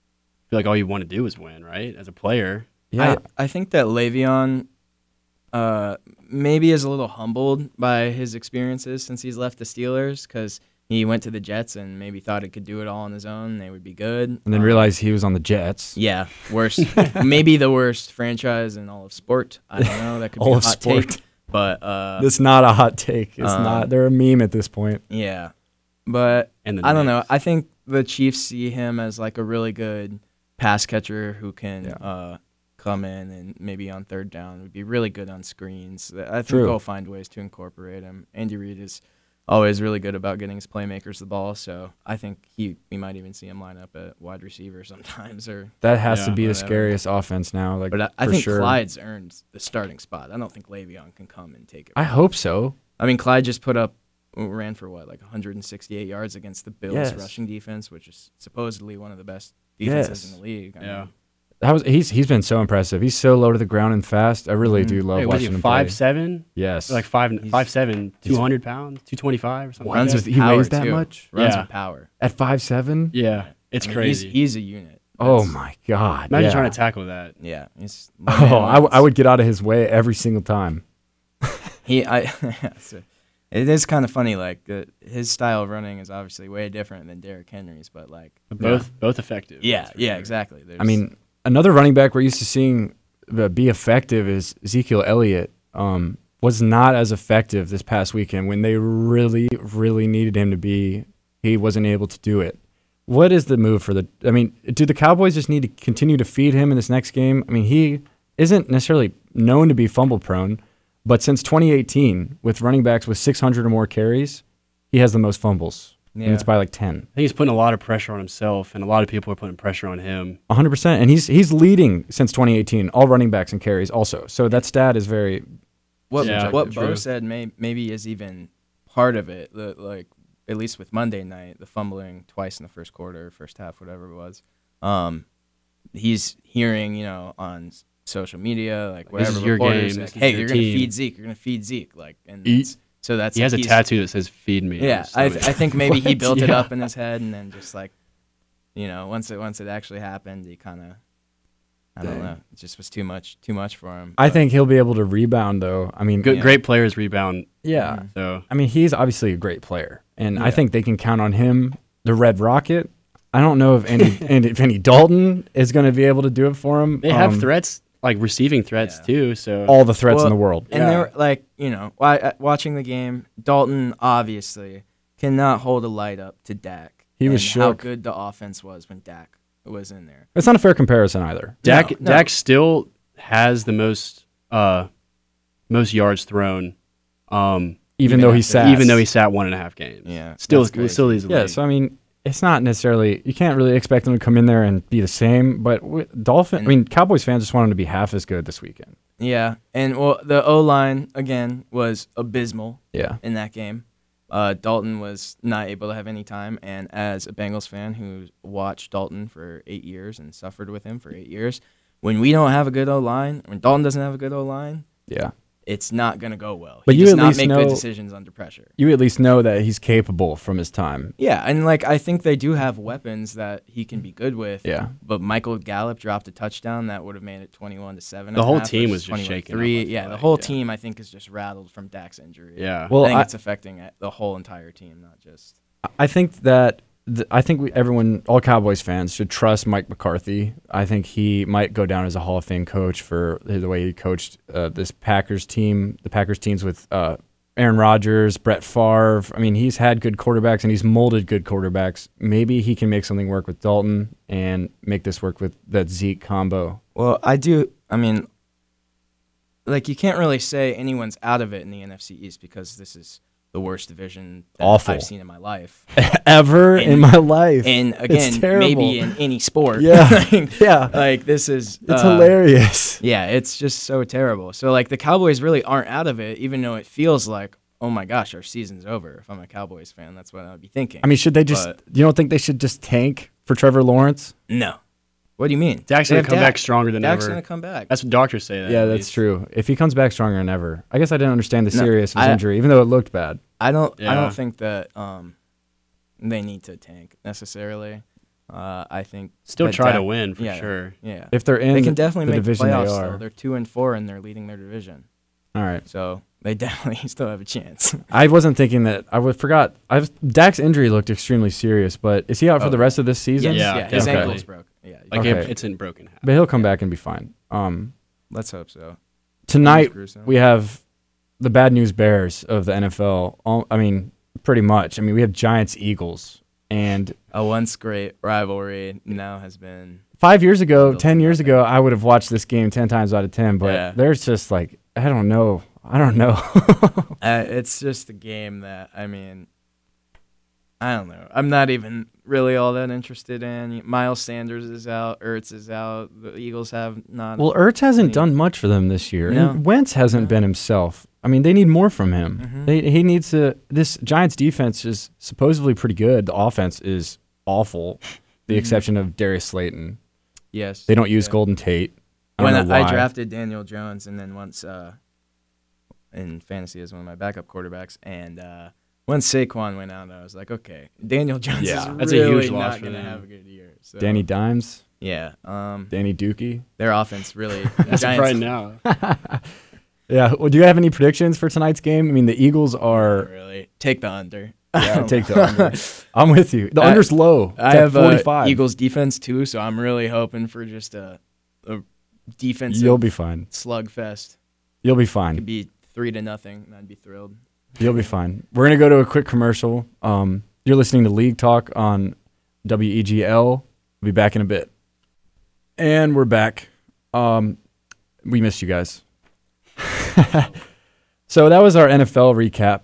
S4: I feel like all you want to do is win, right? As a player,
S2: Yeah,
S3: I, I think that Le'Veon uh, maybe is a little humbled by his experiences since he's left the Steelers because he went to the Jets and maybe thought he could do it all on his own. and They would be good.
S2: and then
S3: Um,
S2: realize he was on the Jets.
S3: yeah, worst, maybe the worst franchise in all of sport. I don't know. That could be
S2: All
S3: a
S2: of
S3: hot
S2: sport.
S3: take, but uh,
S2: That's not a hot take. It's
S3: Uh,
S2: not. They're a meme at this point.
S3: yeah, but
S4: and the
S3: I don't know.
S4: Knicks.
S3: I think the Chiefs see him as like a really good pass catcher who can
S2: Yeah.
S3: uh, come in and maybe on third down would be really good on screens. Th- I think
S2: True.
S3: they'll find ways to incorporate him. Andy Reid is always really good about getting his playmakers the ball, so I think he we might even see him line up at wide receiver sometimes. Or
S2: That has to
S4: Yeah,
S2: be the
S3: whatever.
S2: scariest offense now. Like,
S3: but I, I
S2: for
S3: think
S2: sure.
S3: Clyde's earned the starting spot. I don't think Le'Veon can come and take it.
S2: I hope so.
S3: I mean, Clyde just put up ran for what like 168 yards against the Bills'
S2: Yes.
S3: rushing defense, which is supposedly one of the best defenses
S2: Yes.
S3: in the league. I
S4: Yeah.
S3: mean,
S2: That was he's he's been so impressive. He's so low to the ground and fast. I really do love
S4: Mm-hmm. Hey, what are
S2: watching
S4: you,
S2: him
S4: five
S2: play.
S4: seven,
S2: Yes,
S4: like five
S3: He's-
S4: five seven, two hundred pounds, two twenty five or something.
S2: Runs
S4: like
S2: with
S4: that.
S2: he weighs
S3: power,
S2: that
S3: too.
S2: much
S3: runs
S4: Yeah.
S3: with power.
S2: at five seven.
S4: yeah, it's
S3: I mean,
S4: crazy.
S3: He's, he's a unit.
S2: oh
S3: That's-
S2: my god!
S4: Imagine
S2: yeah.
S4: trying to tackle that.
S3: Yeah. He's
S2: Oh, I, w- I would get out of his way every single time.
S3: He I. so it is kind of funny. Like the, his style of running is obviously way different than Derrick Henry's, but like.
S4: Both both effective.
S3: Yeah.
S4: that's for
S3: Yeah.
S4: sure.
S3: Exactly. There's,
S2: I mean, another running back we're used to seeing uh, be effective is Ezekiel Elliott. Um, was not as effective this past weekend when they really, really needed him to be. He wasn't able to do it. What is the move for the? I mean, do the Cowboys just need to continue to feed him in this next game? I mean, he isn't necessarily known to be fumble prone, but since 2018, with running backs with 600 or more carries, he has the most fumbles, and it's
S3: Yeah.
S2: by like 10.
S4: I think he's putting a lot of pressure on himself, and a lot of people are putting pressure on him.
S2: 100% and he's he's leading since 2018 all running backs and carries also so that stat is very
S3: what
S4: Yeah,
S3: what Bo
S4: true.
S3: said may, maybe is even part of it. The, like at least with Monday night, the fumbling twice in the first quarter, first half, whatever it was. Um, he's hearing you know on s- social media like
S4: This
S3: whatever
S4: is your
S3: reporters,
S4: game,
S3: like,
S4: this is
S3: hey,
S4: your
S3: you're gonna
S4: team."
S3: feed Zeke, you're gonna feed Zeke, like and
S4: He-
S3: that's, so that's
S4: He has a
S3: he's-
S4: tattoo that says "Feed me." on
S3: Yeah,
S4: his
S3: I, I
S4: stomach.
S3: think maybe he
S4: What?
S3: built it
S4: Yeah.
S3: up in his head and then just like, you know, once it once it actually happened, he kind of. I don't
S2: Dang.
S3: know. It just was too much, too much for him.
S2: i
S3: but-
S2: think he'll be able to rebound though i mean
S4: Good,
S3: Yeah.
S4: great players rebound.
S2: yeah
S4: So
S2: i mean he's obviously a great player and i
S3: Yeah.
S2: think they can count on him the red rocket i don't know if andy and if andy dalton is going to be able to do it for him
S4: they have
S2: Um,
S4: threats, like receiving threats
S3: Yeah.
S4: too. So
S2: all the threats in
S3: Well,
S2: the world
S3: And
S4: Yeah.
S3: they're like, you know, wa- uh, watching the game, Dalton obviously cannot hold a light up to Dak.
S2: He was
S3: and How
S2: shook.
S3: good the offense was when Dak was in there.
S2: it's not a fair comparison either
S4: Dak,
S3: No, no.
S4: Dak still has the most, uh, most yards thrown. Um,
S2: even,
S3: Even
S2: though he
S3: after-
S2: sat
S4: even though he sat one and a half games.
S3: Yeah,
S4: still,
S3: that's crazy.
S4: still easily.
S2: yeah so i mean it's not necessarily you can't really expect him to come in there and be the same but w- dolphin i
S3: And-
S2: mean cowboys fans just want him to be half as good this weekend
S3: Yeah, and well, the O line again was abysmal
S2: yeah
S3: in that game. uh, Dalton was not able to have any time, and as a Bengals fan who watched Dalton for eight years and suffered with him for eight years, when we don't have a good O line, when Dalton doesn't have a good O line,
S5: Yeah.
S3: it's not going to go well.
S2: But
S3: he
S2: you
S3: does
S2: at
S3: not
S2: least
S3: make
S2: know-
S3: good decisions under pressure.
S2: You at least know that he's capable from his time.
S3: Yeah, and like I think they do have weapons that he can be good with.
S2: Yeah.
S3: But Michael Gallup dropped a touchdown that would have made it twenty-one to seven.
S4: The
S3: and a
S4: whole
S3: half
S4: team
S3: versus
S4: was
S3: 21
S4: just shaken up,
S3: Three.
S4: I feel
S3: yeah, the
S4: like,
S3: whole
S4: yeah.
S3: team I think is just rattled from Dak's injury.
S4: Yeah.
S2: Well,
S3: I think
S2: I-
S3: it's affecting uh, the whole entire team, not just.
S2: I think that th- I think we, everyone, all Cowboys fans, should trust Mike McCarthy. I think he might go down as a Hall of Fame coach for the way he coached uh, this Packers team, the Packers teams with uh, Aaron Rodgers, Brett Favre. I mean, he's had good quarterbacks and he's molded good quarterbacks. Maybe he can make something work with Dalton and make this work with that Zeke combo.
S3: Well, I do. I mean, like you can't really say anyone's out of it in the NFC East because this is the worst division that
S2: Awful.
S3: I've seen in my life.
S2: Ever in
S3: And-
S2: my life.
S3: And again, maybe in Uh, any sport.
S2: Yeah.
S3: like,
S2: yeah.
S3: like, this is
S2: It's
S3: uh,
S2: hilarious.
S3: Yeah, it's just so terrible. So like the Cowboys really aren't out of it, even though it feels like, oh my gosh, our season's over. If I'm a Cowboys fan, that's what I would be thinking.
S2: I mean, should they just?
S3: But-
S2: you don't think they should just tank for Trevor Lawrence?
S3: no. What do you mean?
S4: Dak's
S3: They
S4: gonna
S3: have
S4: come
S3: Dak.
S4: back stronger than
S3: Dak's
S4: ever.
S3: gonna come back.
S4: That's what doctors say. That
S2: yeah,
S4: at
S2: that's
S4: least.
S2: true. If he comes back stronger than ever, I guess I didn't understand the
S3: No,
S2: seriousness of his
S3: I-
S2: injury, even though it looked bad.
S3: I don't. I
S4: Yeah.
S3: don't think that um, they need to tank necessarily. Uh, I think
S4: Still
S3: that
S4: try to
S3: Dak-
S4: win for
S3: yeah,
S4: sure.
S3: Yeah,
S2: If they're in,
S3: they can definitely
S2: the
S3: make
S2: division
S3: the playoffs.
S2: they
S3: still.
S2: are.
S3: They're two and four, and they're leading their division.
S2: All right.
S3: So they definitely still have a chance.
S2: I wasn't thinking that. I would forgot. I was, Dak's injury looked extremely serious, but is he out for
S3: Oh,
S2: the rest of this season?
S3: Yes,
S4: Yeah,
S3: yeah, His
S4: okay.
S3: ankle's broke. Yeah,
S4: Like
S2: Okay.
S4: it, it's in broken half.
S2: But he'll come back and be fine. Um,
S3: let's hope so.
S2: tonight
S3: Gruesome.
S2: we have the bad news bears of the NFL. All, I mean, pretty much. I mean, we have Giants, Eagles, and
S3: a once great rivalry now has been
S2: five years ago,
S3: They'll
S2: ten
S3: do
S2: years
S3: nothing.
S2: ago, I would have watched this game ten times out of ten. But
S3: Yeah.
S2: there's just like I don't know, I don't know.
S3: uh, it's just a game that i mean i don't know i'm not even really all that interested in miles sanders is out ertz is out the eagles have not
S2: well, Ertz hasn't
S3: They-
S2: done much for them this year,
S3: No.
S2: and Wentz hasn't
S3: No.
S2: been himself. I mean, they need more from him.
S3: Mhm.
S2: They, he needs to. This Giants defense is supposedly pretty good. The offense is awful, the exception of Darius Slayton.
S3: yes
S2: They don't use
S3: yeah.
S2: Golden Tate. I
S3: when
S2: don't know
S3: I,
S2: why.
S3: drafted daniel jones and then once uh in fantasy as one of my backup quarterbacks and uh once Saquon went out, I was like, okay, Daniel Jones
S2: Yeah,
S3: is
S4: that's a
S3: really
S4: huge loss
S3: not
S4: for
S3: going to
S4: them.
S3: have a good year. So,
S2: Danny Dimes,
S3: yeah, um,
S2: Danny Dookie.
S3: their offense really.
S4: That's
S3: Giants,
S4: right now.
S2: Yeah. Well, do you have any predictions for tonight's game? I mean, the Eagles are.
S3: really take the under.
S2: take the under. I'm with you. The
S3: I-
S2: under's low. It's
S3: I
S2: at
S3: have
S2: 45.
S3: Uh, Eagles defense too, so I'm really hoping for just a, a defensive
S2: You'll be fine.
S3: slugfest.
S2: You'll be
S3: Could
S2: fine.
S3: be three to nothing, and I'd be thrilled.
S2: You'll be fine. We're gonna go to a quick commercial. Um, you're listening to League Talk on WEGL. We'll be back in a bit. And we're back. Um, we missed you guys. so that was our NFL recap.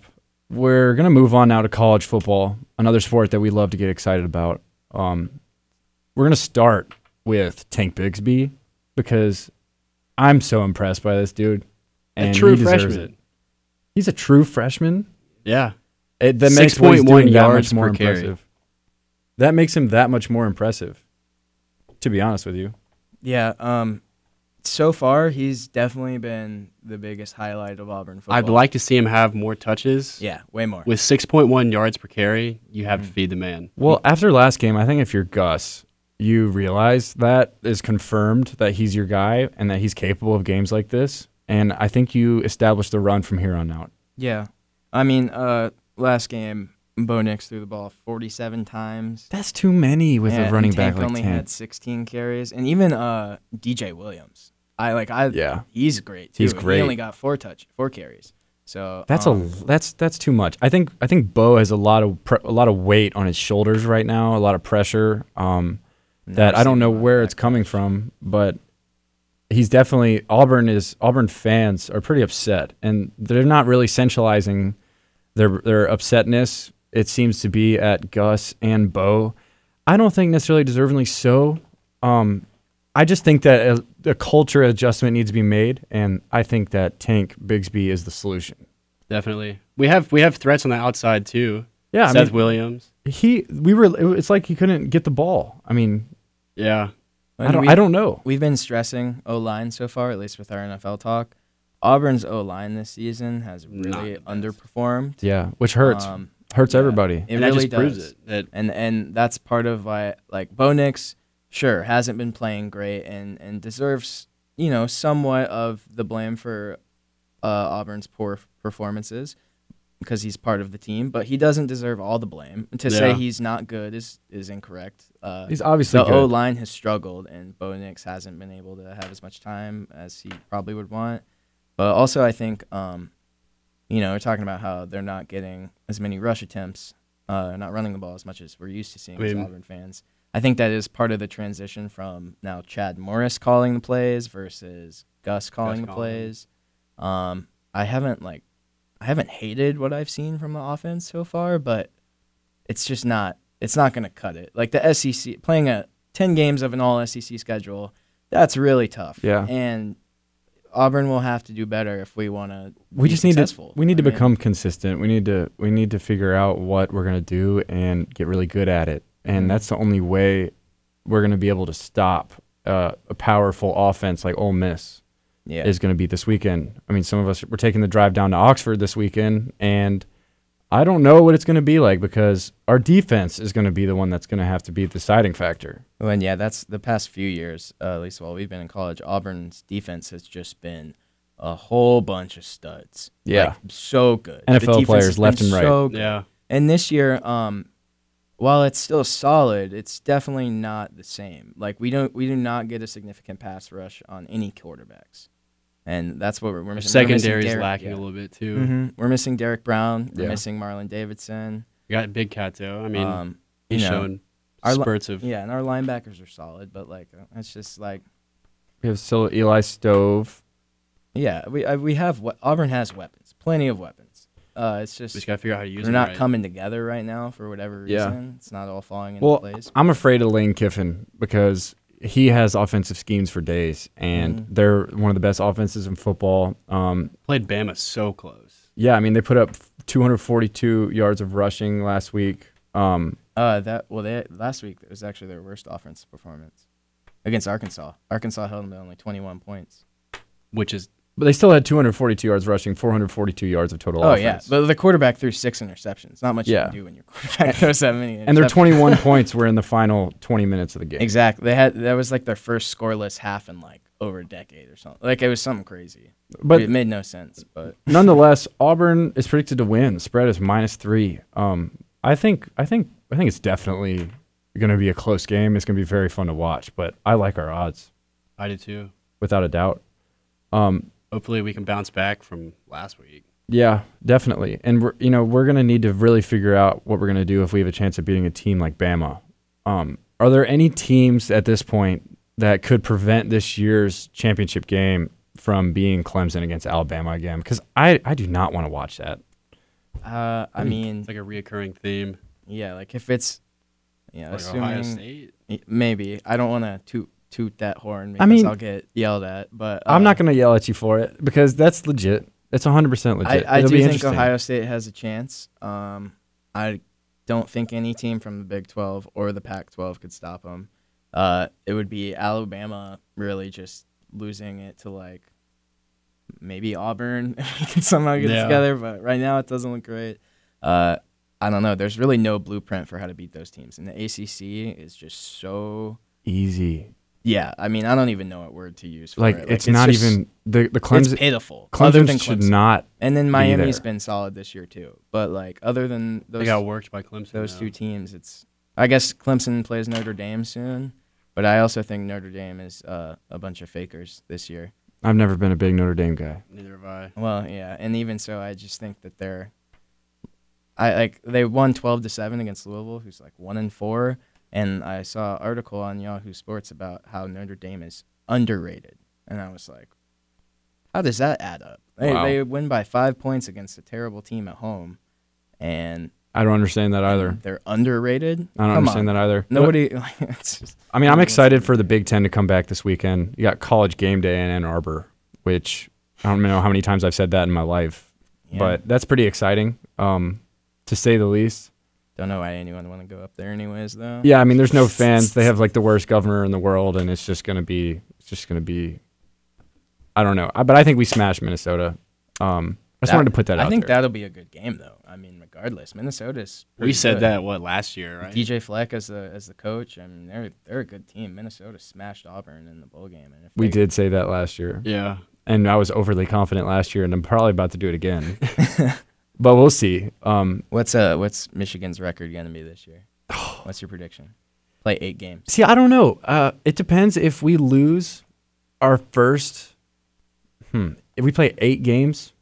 S2: We're gonna move on now to college football, another sport that we love to get excited about. Um, we're gonna start with Tank Bigsby because I'm so impressed by this dude. And
S4: a true
S2: he deserves
S4: freshman.
S2: it. He's a true freshman.
S4: Yeah.
S2: It, that makes what he's
S4: 6.1
S2: doing that
S4: yards
S2: much more
S4: per carry.
S2: impressive. That makes him that much more impressive. To be honest with you,
S3: Yeah. Um, so far he's definitely been the biggest highlight of Auburn football.
S4: I'd like to see him have more touches.
S3: Yeah, Mm-hmm. way more.
S4: With 6.1 yards per carry, you have to feed the man.
S2: well, after last game, I think if you're Gus, you realize that is confirmed that he's your guy and that he's capable of games like this. And I think you establish the run from here on out.
S3: yeah. I mean, uh, last game, Bo Nix threw the ball 47 times.
S2: That's too many with
S3: Yeah,
S2: a
S3: and
S2: running
S3: Tank
S2: back like
S3: only
S2: Tank.
S3: had 16 carries, and even uh, DJ Williams. I like I
S2: Yeah.
S3: he's great too.
S2: He's great.
S3: He only got four touch four carries. So
S2: That's
S3: um,
S2: a that's that's too much. I think I think Bo has a lot of pre- a lot of weight on his shoulders right now, a lot of pressure. Um, that
S3: Never
S2: I don't
S3: seen
S2: know
S3: him on
S2: where
S3: that
S2: it's coming from, but he's definitely Auburn is Auburn fans are pretty upset, and they're not really centralizing their their upsetness. It seems to be at Gus and Bo. I don't think necessarily deservingly so. Um, I just think that a, a culture adjustment needs to be made, and I think that Tank Bigsby is the solution.
S4: definitely. We have we have threats on the outside too.
S2: Yeah, I
S4: Seth
S2: mean,
S4: Williams.
S2: he we were. It's like he couldn't get the ball. I mean,
S4: Yeah,
S2: I don't. I don't know.
S3: um, We've been stressing O line so far, at least with our NFL talk. Auburn's O line this season has really
S4: Not the best.
S3: underperformed.
S2: Yeah, which hurts.
S3: Um,
S2: hurts
S3: yeah.
S2: everybody.
S3: It really
S4: and that just
S3: does.
S4: proves it. That
S3: and and that's part of why like Bo Nix sure hasn't been playing great and and deserves you know somewhat of the blame for uh, Auburn's poor f- performances because he's part of the team, but he doesn't deserve all the blame. To say
S4: Yeah.
S3: he's not good is is incorrect. Uh,
S2: He's obviously
S3: the
S2: good.
S3: O line has struggled, and Bo Nix hasn't been able to have as much time as he probably would want. But also, I think, um, you know, we're talking about how they're not getting as many rush attempts, uh, not running the ball as much as we're used to seeing
S4: I
S3: as
S4: mean-
S3: Auburn fans. I think that is part of the transition from now Chad Morris calling the plays versus Gus calling the
S4: calling.
S3: plays. Um, I haven't like, I haven't hated what I've seen from the offense so far, but it's just not it's not going to cut it. Like the SEC playing a 10 games of an all SEC schedule, that's really tough.
S2: Yeah.
S3: And Auburn will have to do better if we want to
S2: we just need
S3: successful.
S2: to we need
S3: I
S2: to
S3: mean,
S2: become consistent. We need to we need to figure out what we're gonna do and get really good at it.
S3: Mm-hmm.
S2: And that's the only way we're gonna be able to stop uh, a powerful offense like Ole Miss
S3: yeah.
S2: is gonna be this weekend. I mean, some of us we're taking the drive down to Oxford this weekend, and I don't know what it's gonna be like because our defense is gonna be the one that's gonna have to be the deciding factor.
S3: Well, and yeah, that's the past few years, uh, at least while we've been in college, Auburn's defense has just been a whole bunch of studs.
S2: Yeah.
S3: Like, so good. The
S2: NFL
S3: defense has
S2: players
S3: been
S2: left and right.
S3: So good.
S4: yeah,
S3: And this year, um, while it's still solid, it's definitely not the same. Like we don't, we do not get a significant pass rush on any quarterbacks, and that's what we're, we're missing.
S4: secondary is
S3: we're missing Derek-
S4: lacking
S3: yeah.
S4: a little bit too.
S3: Mhm. We're missing Derek Brown. We're
S2: Yeah.
S3: missing Marlon Davidson.
S4: We got Big Cat though. I mean,
S3: um, you
S4: he's
S3: know,
S4: showing
S3: our li-
S4: spurts of.
S3: yeah, and our linebackers are solid, but like uh, it's just like
S2: We have still Eli Stove.
S3: yeah, we I, we have we- Auburn has weapons, plenty of weapons. Uh, it's
S4: We just
S3: just
S4: gotta figure out how to use.
S3: they're
S4: them
S3: not
S4: right.
S3: coming together right now for whatever
S2: Yeah.
S3: reason. It's not all falling into
S2: Well,
S3: place.
S2: I'm afraid of Lane Kiffin because he has offensive schemes for days, and
S3: Mhm.
S2: they're one of the best offenses in football. Um,
S4: Played Bama so close.
S2: yeah, I mean they put up 242 yards of rushing last week. Um,
S3: Uh, that well, they last week it was actually their worst offense performance against Arkansas. Arkansas held them to only 21 points.
S4: which is
S2: but they still had 242 yards rushing, 442 yards of total
S3: Oh yeah,
S2: offense.
S3: but the quarterback threw six interceptions. Not much
S2: Yeah.
S3: you can do when your quarterback throws that many.
S2: and their
S3: interceptions.
S2: 21 points were in the final 20 minutes of the game.
S3: Exactly. They had that was like their first scoreless half in like over a decade or something. Like it was something crazy.
S2: But
S3: it made no sense. But
S2: nonetheless, Auburn is predicted to win. Spread is minus three. Um, I think I think I think it's definitely going to be a close game. It's going to be very fun to watch, but I like our odds
S4: I do too.
S2: without a doubt. Um,
S4: Hopefully we can bounce back from last week.
S2: yeah, definitely. And we're you know we're going to need to really figure out what we're going to do if we have a chance of beating a team like Bama. Um, are there any teams at this point that could prevent this year's championship game from being Clemson against Alabama again? Because I I do not want to watch that.
S3: uh, I mean,
S4: It's like a reoccurring theme.
S3: yeah, like if it's yeah,
S4: Like Ohio
S3: assuming
S4: State.
S3: maybe I don't want to toot toot that horn because
S2: I
S3: I
S2: mean-
S3: will get yelled at. But
S2: I'm
S3: uh,
S2: not going to yell at you for it because that's legit. It's 100% legit.
S3: I, I
S2: It'll
S3: do
S2: be
S3: think
S2: interesting.
S3: Ohio State has a chance. Um, I don't think any team from the Big 12 or the Pac 12 could stop them. Uh, it would be Alabama really just losing it to like maybe Auburn if we could somehow get it
S4: Yeah.
S3: together, but right now it doesn't look great. Uh, I don't know. There's really no blueprint for how to beat those teams, and the ACC is just so.
S2: Easy.
S3: Yeah, I mean, I don't even know what word to use. For
S2: Like,
S3: it.
S2: it's, not
S3: just-
S2: even the the
S3: It's
S2: Clemson.
S3: pitiful. other than
S2: Clemson should
S3: Clemson.
S2: not.
S3: And then Miami's
S2: there.
S3: been solid this year too. But like other than
S4: They
S3: those
S4: got worked by Clemson.
S3: those
S4: though.
S3: two teams, it's I guess Clemson plays Notre Dame soon. But I also think Notre Dame is uh, a bunch of fakers this year.
S2: I've never been a big Notre Dame guy.
S4: Neither have I.
S3: Well, yeah, and even so, I just think that they're, I like they won twelve to seven against Louisville, who's like one and four. And I saw an article on Yahoo Sports about how Notre Dame is underrated, and I was like, how does that add up? They
S2: Wow.
S3: they win by five points against a terrible team at home, and
S2: I don't understand that either.
S3: they're underrated.
S2: I don't
S3: Come
S2: understand
S3: on.
S2: that either.
S3: Nobody. Like, it's just,
S2: I mean, I'm excited for the Big Ten to come back this weekend. You got College Game Day in Ann Arbor, which I don't know how many times I've said that in my life.
S3: Yeah.
S2: But that's pretty exciting, um, to say the least.
S3: Don't know why anyone would want to go up there, anyways, though.
S2: Yeah, I mean, there's no fans. They have like the worst governor in the world, and it's just gonna be, it's just gonna be, I don't know. I, but I think we smashed Minnesota. Um, I just
S3: That-
S2: wanted to put that
S3: I
S2: out
S3: think
S2: there.
S3: that'll be a good game, though. I mean, regardless, Minnesota's.
S4: We
S3: pretty
S4: said
S3: good.
S4: that what last year, right?
S3: DJ Fleck as the as the coach. I mean, they're they're a good team. Minnesota smashed Auburn in the bowl game, and if
S2: we
S3: they-
S2: did say that last year,
S4: Yeah.
S2: and I was overly confident last year, and I'm probably about to do it again. but we'll see. Um,
S3: What's uh What's Michigan's record gonna be this year? What's your prediction? Play eight games.
S2: see, I don't know. Uh, it depends if we lose our first. Hmm, if we play eight games,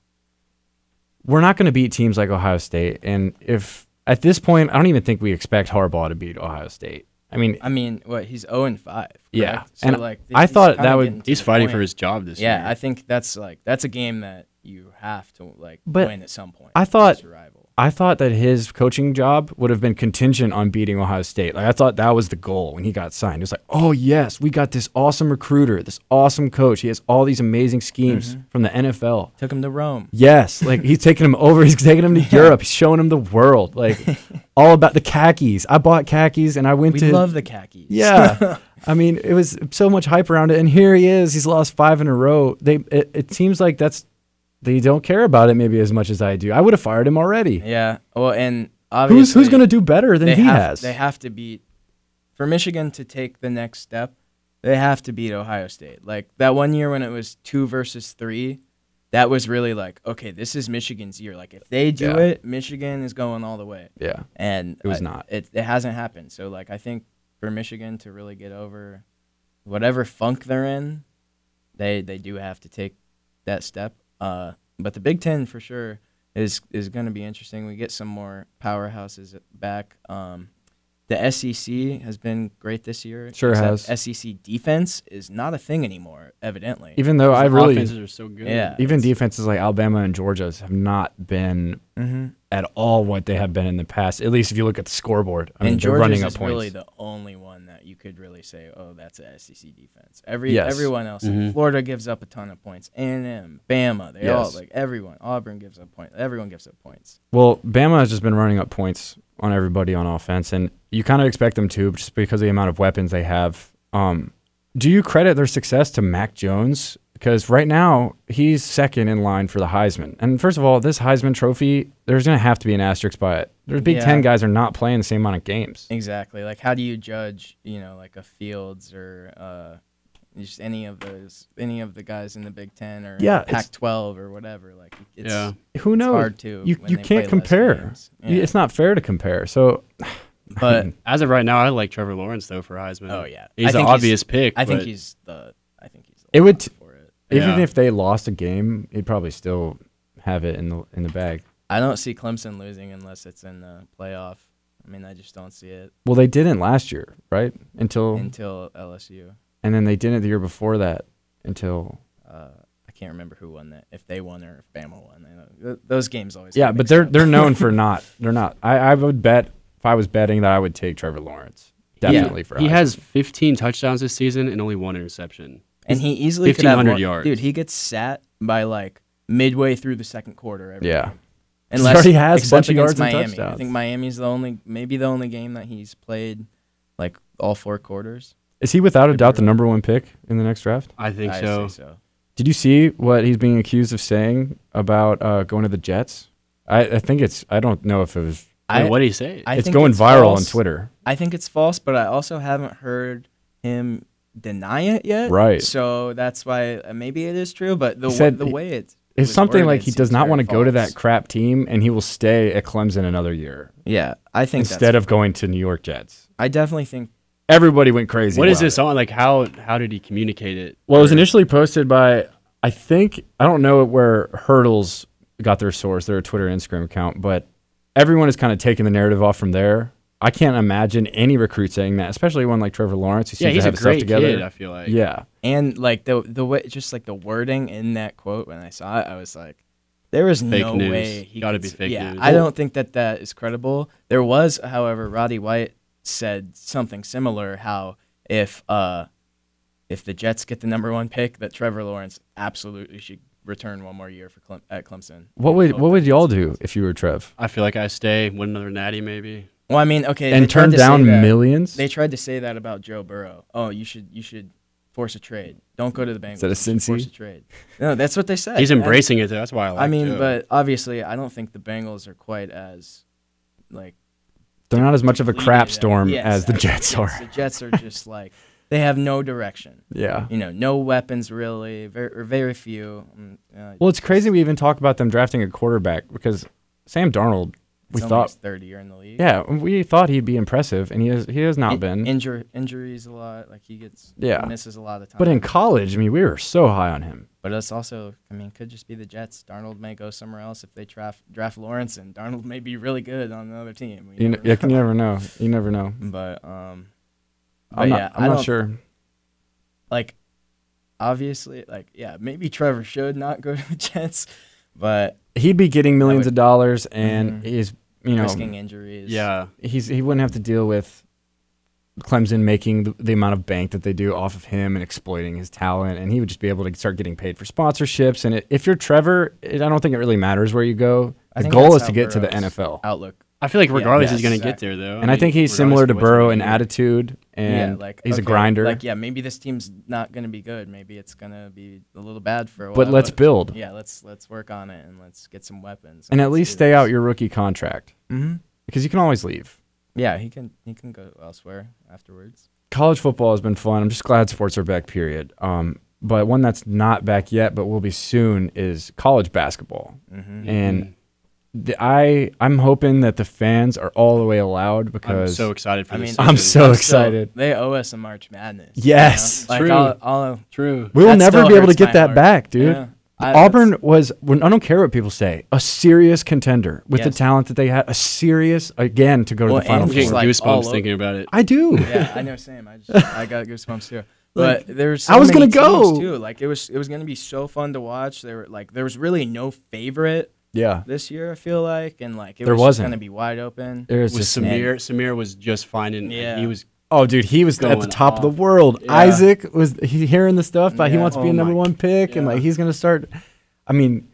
S2: we're not going to beat teams like Ohio State, and if at this point, I don't even think we expect Harbaugh to beat Ohio State. I mean,
S3: I mean, what he's zero and five. correct?
S2: Yeah,
S3: so
S2: and
S3: like
S2: I
S3: he's
S2: thought
S3: kinda
S2: that would-
S3: getting to
S4: He's
S3: the
S4: fighting
S3: point.
S4: for his job this year.
S3: Yeah, I think that's like that's a game that you have to like
S2: But
S3: win at some point.
S2: I thought-
S3: against your rival.
S2: I thought that his coaching job would have been contingent on beating Ohio State. Like I thought that was the goal when he got signed. It was like, oh yes, we got this awesome recruiter, this awesome coach. He has all these amazing schemes from the NFL.
S3: took him to Rome.
S2: Yes, like he's taking him over. He's taking him to Europe. He's showing him the world. Like all about the khakis. I bought khakis and I went
S3: We
S2: to
S3: love the khakis.
S2: yeah. I mean, it was so much hype around it, and here he is. He's lost five in a row. They it, it seems like that's they don't care about it maybe as much as I do. I would have fired him already.
S3: yeah. Well, and
S2: Who's
S3: obviously
S2: who's going to do better than
S3: they
S2: he
S3: have,
S2: has?
S3: They have to beat for Michigan to take the next step. They have to beat Ohio State. Like that one year when it was two versus three, that was really like, okay, this is Michigan's year. Like if they do
S2: Yeah.
S3: it, Michigan is going all the way.
S2: yeah.
S3: And
S2: It was
S3: I-
S2: not.
S3: It it hasn't happened. So like I think for Michigan to really get over whatever funk they're in, they they do have to take that step. Uh, but the Big Ten for sure is is going to be interesting. We get some more powerhouses back. Um, the SEC has been great this year.
S2: Sure
S3: except
S2: has.
S3: SEC defense is not a thing anymore, evidently.
S2: Even though I
S4: His
S2: really
S4: offenses are so good.
S3: Yeah.
S2: even defenses like Alabama and Georgia's have not been
S3: mm-hmm.
S2: at all what they have been in the past. At least if you look at the scoreboard, I mean,
S3: and
S2: they're
S3: Georgia's
S2: running up
S3: is
S2: points.
S3: really the only one that you could really say, "Oh, that's a SEC defense." Every
S2: Yes.
S3: everyone else, like,
S4: Mhm.
S3: Florida gives up a ton of points. A and M, Bama, they all
S2: Yes.
S3: like everyone. Auburn gives up points. Everyone gives up points.
S2: Well, Bama has just been running up points on everybody on offense, and you kind of expect them to just because of the amount of weapons they have. Um, do you credit their success to Mac Jones? Because right now he's second in line for the Heisman. And first of all, this Heisman trophy, there's going to have to be an asterisk by it. There's Big
S3: Yeah.
S2: Ten guys are not playing the same amount of games.
S3: Exactly. Like, how do you judge? You know, like a Fields or uh, just any of those, any of the guys in the Big Ten or
S2: Yeah, it's-
S3: Pac-12 or whatever. Like, it's,
S4: Yeah.
S2: Who
S3: it's
S2: knows?
S3: hard to
S2: you
S3: when
S2: you
S3: they play
S2: can't
S3: less
S2: compare.
S3: games.
S2: You-
S3: Yeah.
S2: It's not fair to compare. So
S3: but
S4: As of right now, I like Trevor Lawrence though for Heisman.
S3: Oh, yeah. I
S4: He's an
S3: think he's-
S4: obvious pick.
S3: I think
S4: but
S3: he's the. I think he's. The
S2: It would-
S3: lock for it.
S2: even
S4: Yeah.
S2: if they lost a game, he'd probably still have it in the in the bag.
S3: I don't see Clemson losing unless it's in the playoff. I mean, I just don't see it
S2: Well, they didn't last year, right? Until
S3: until LSU.
S2: and then they didn't the year before that. Until
S3: Uh, I can't remember who won that. If they won or if Bama won, I don't- th- those games always.
S2: yeah,
S3: get
S2: but
S3: mixed
S2: they're
S3: up.
S2: they're known for not they're not. I, I would bet if I was betting that I would take Trevor Lawrence
S4: Yeah.
S2: definitely for
S4: He
S2: Heisman.
S4: has 15 touchdowns this season and only one interception.
S3: and he easily could have
S4: 1,500
S3: won-
S4: yards.
S3: Dude, he gets sat by like midway through the second quarter. Every
S2: yeah.
S3: game.
S2: He already has a
S3: except
S2: bunch of
S3: against
S2: yards and
S3: Miami. I
S2: touchdowns.
S3: think Miami's the only, maybe the only game that he's played like all four quarters.
S2: Is he without a doubt the number one pick in the next draft?
S4: I think
S3: I
S4: so.
S3: Say so.
S2: Did you see what he's being accused of saying about uh, going to the Jets? I, I think it's I don't know if it was
S4: I,
S3: I-
S4: what do you say?
S3: I
S2: it's
S3: think
S2: going viral on
S3: false.
S2: Twitter.
S3: I think it's false, but I also haven't heard him deny it yet.
S2: Right.
S3: So that's why uh, maybe it is true, but the
S2: He
S3: wa-
S2: said
S3: the
S2: he-
S3: way it's
S2: It's
S3: was
S2: something
S3: worded
S2: like he does
S3: seems
S2: not
S3: very
S2: want to go to
S3: false.
S2: that crap team and he will stay at Clemson another year
S3: Yeah, I think
S2: instead
S3: instead of
S2: of going to New York Jets.
S3: I definitely think
S2: Everybody went crazy.
S4: What is
S2: about
S4: this
S2: it.
S4: on? Like how how did he communicate it?
S2: Well, it was initially posted by I think I don't know where Hurdles got their source, their Twitter and Instagram account, but everyone is kind of taking the narrative off from there. I can't imagine any recruit saying that, especially one like Trevor Lawrence who seems
S4: Yeah, he's
S2: to
S4: a
S2: have his stuff
S4: great
S2: together.
S4: kid. I feel like.
S2: yeah.
S3: and like the the way just like the wording in that quote when I saw it, I was like there is
S4: Fake
S3: no
S4: news.
S3: way he
S4: Gotta
S3: could
S4: be
S3: s-
S4: fake
S3: yeah,
S4: news.
S3: I don't think that that is credible. There was, however, Roddy White said something similar how if uh if the Jets get the number 1 pick that Trevor Lawrence absolutely should return one more year for Clem- at Clemson.
S2: What would what would y'all do if you were Trev?
S4: I feel like I stay, win another natty maybe.
S3: Well, I mean, okay, they
S2: And
S3: tried
S2: turn
S3: to say
S2: down
S3: that-
S2: millions?
S3: They tried to say that about Joe Burrow. Oh, you should you should force a trade. Don't go to the Bengals.
S2: that a
S3: You should Force
S2: Cincy?
S3: a trade. No, that's what they said.
S4: He's
S3: Yeah.
S4: embracing it. Though. That's why Oh, I like.
S3: I mean,
S4: Joe.
S3: but obviously, I don't think the Bengals are quite as like
S2: They're not as much of a crap
S3: Yeah,
S2: storm
S3: yes,
S2: as the
S3: I-
S2: Jets
S3: yes,
S2: are.
S3: The Jets are just like they have no direction.
S2: Yeah.
S3: You know, no weapons really, very, or very few. Mm, Uh,
S2: Well, it's crazy we even talk about them drafting a quarterback because Sam Darnold, we
S3: it's only
S2: thought,
S3: his third year in the league.
S2: yeah, we thought he'd be impressive, and he has he has not
S3: In-
S2: been.
S3: injur- injuries a lot. Like he gets
S2: Yeah.
S3: misses a lot of time.
S2: but in college, I mean, we were so high on him.
S3: But it's also, I mean, could just be the Jets. Darnold may go somewhere else if they draft draft Lawrence, and Darnold may be really good on another team. We
S2: You, know,
S3: never
S2: you never know. You never know.
S3: know. But um, but
S2: I'm not,
S3: yeah, I
S2: I'm not
S3: don't-
S2: sure.
S3: Like, obviously, like yeah, maybe Trevor should not go to the Jets, but
S2: He'd be getting millions of
S3: would- Mm-hmm.
S2: dollars, and he's you know
S3: risking injuries.
S4: yeah,
S2: he's he wouldn't have to deal with Clemson making the, the amount of bank that they do off of him and exploiting his talent, and he would just be able to start getting paid for sponsorships. And it, if you're Trevor, it, I don't think it really matters where you go.
S3: I
S2: The
S3: think
S2: goal is
S3: that's
S2: to
S3: how
S2: get to the
S3: Burrow's
S2: NFL,
S3: Outlook.
S4: I feel like
S3: Yeah,
S4: regardless
S3: yes,
S4: he's gonna
S3: exactly.
S4: get there though.
S2: and I
S4: mean,
S2: think he's
S4: regardless
S2: similar
S4: of
S2: to
S4: what's
S2: Burrow in
S4: happening.
S2: attitude, and
S3: yeah, like
S2: he's
S3: okay,
S2: a grinder.
S3: Like yeah, maybe this team's not gonna be good. Maybe it's gonna be a little bad for a while.
S2: but let's build
S3: Yeah, let's let's work on it and let's get some weapons.
S2: and at least stay out your rookie contract
S3: Mm-hmm.
S2: because you can always leave.
S3: Yeah, he can he can go elsewhere afterwards.
S2: college football has been fun. I'm just glad sports are back, period. Um, but one that's not back yet, but will be soon, is college basketball.
S3: Mm-hmm.
S2: And the, I, I'm hoping that the fans are all the way allowed
S4: I'm
S2: because
S4: so excited for
S3: I
S4: this.
S3: mean-
S2: I'm
S4: season.
S2: so
S3: I'm still-
S2: excited.
S3: they owe us a March Madness. you
S2: Yes.
S3: know?
S4: True.
S3: Like, I'll, I'll,
S4: true.
S2: we will
S3: that
S2: never
S3: still
S2: be able to
S3: hurts
S2: get
S3: my
S2: that
S3: heart.
S2: back, dude.
S3: Yeah. I-
S2: Auburn was, when, I don't care what people say, a serious contender with the
S3: Yes.
S2: talent that they had, a serious, again, to go to
S3: Well,
S2: the Final
S4: I'm
S3: and
S2: Four.
S4: getting
S3: just like all
S4: goosebumps
S3: over-
S4: thinking about it.
S2: I do.
S3: yeah, I know Sam. I just I got goosebumps too. But there's
S2: I was gonna go.
S3: too. Like it was it was gonna be so fun to watch. There were like there was really no favorite
S2: yeah.
S3: this year. I feel like and like it
S2: There
S3: was
S2: wasn't.
S3: just gonna be wide open.
S2: There is
S4: With
S2: just
S4: Samir, Samir was just finding.
S3: Yeah.
S4: He was
S2: Oh, dude, he was at the
S4: going
S2: top of the
S4: off.
S2: world.
S4: Yeah.
S2: Isaac was he hearing the stuff about he
S3: Yeah.
S2: wants to be
S4: Oh
S2: a number
S4: my
S2: one pick, and like
S4: God.
S2: he's gonna start. I mean,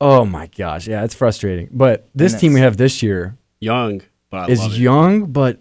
S2: oh my gosh, yeah, it's frustrating. But this
S3: And
S2: team we
S3: it's-
S2: have this year
S4: young, but I love
S2: is
S4: it.
S2: young, but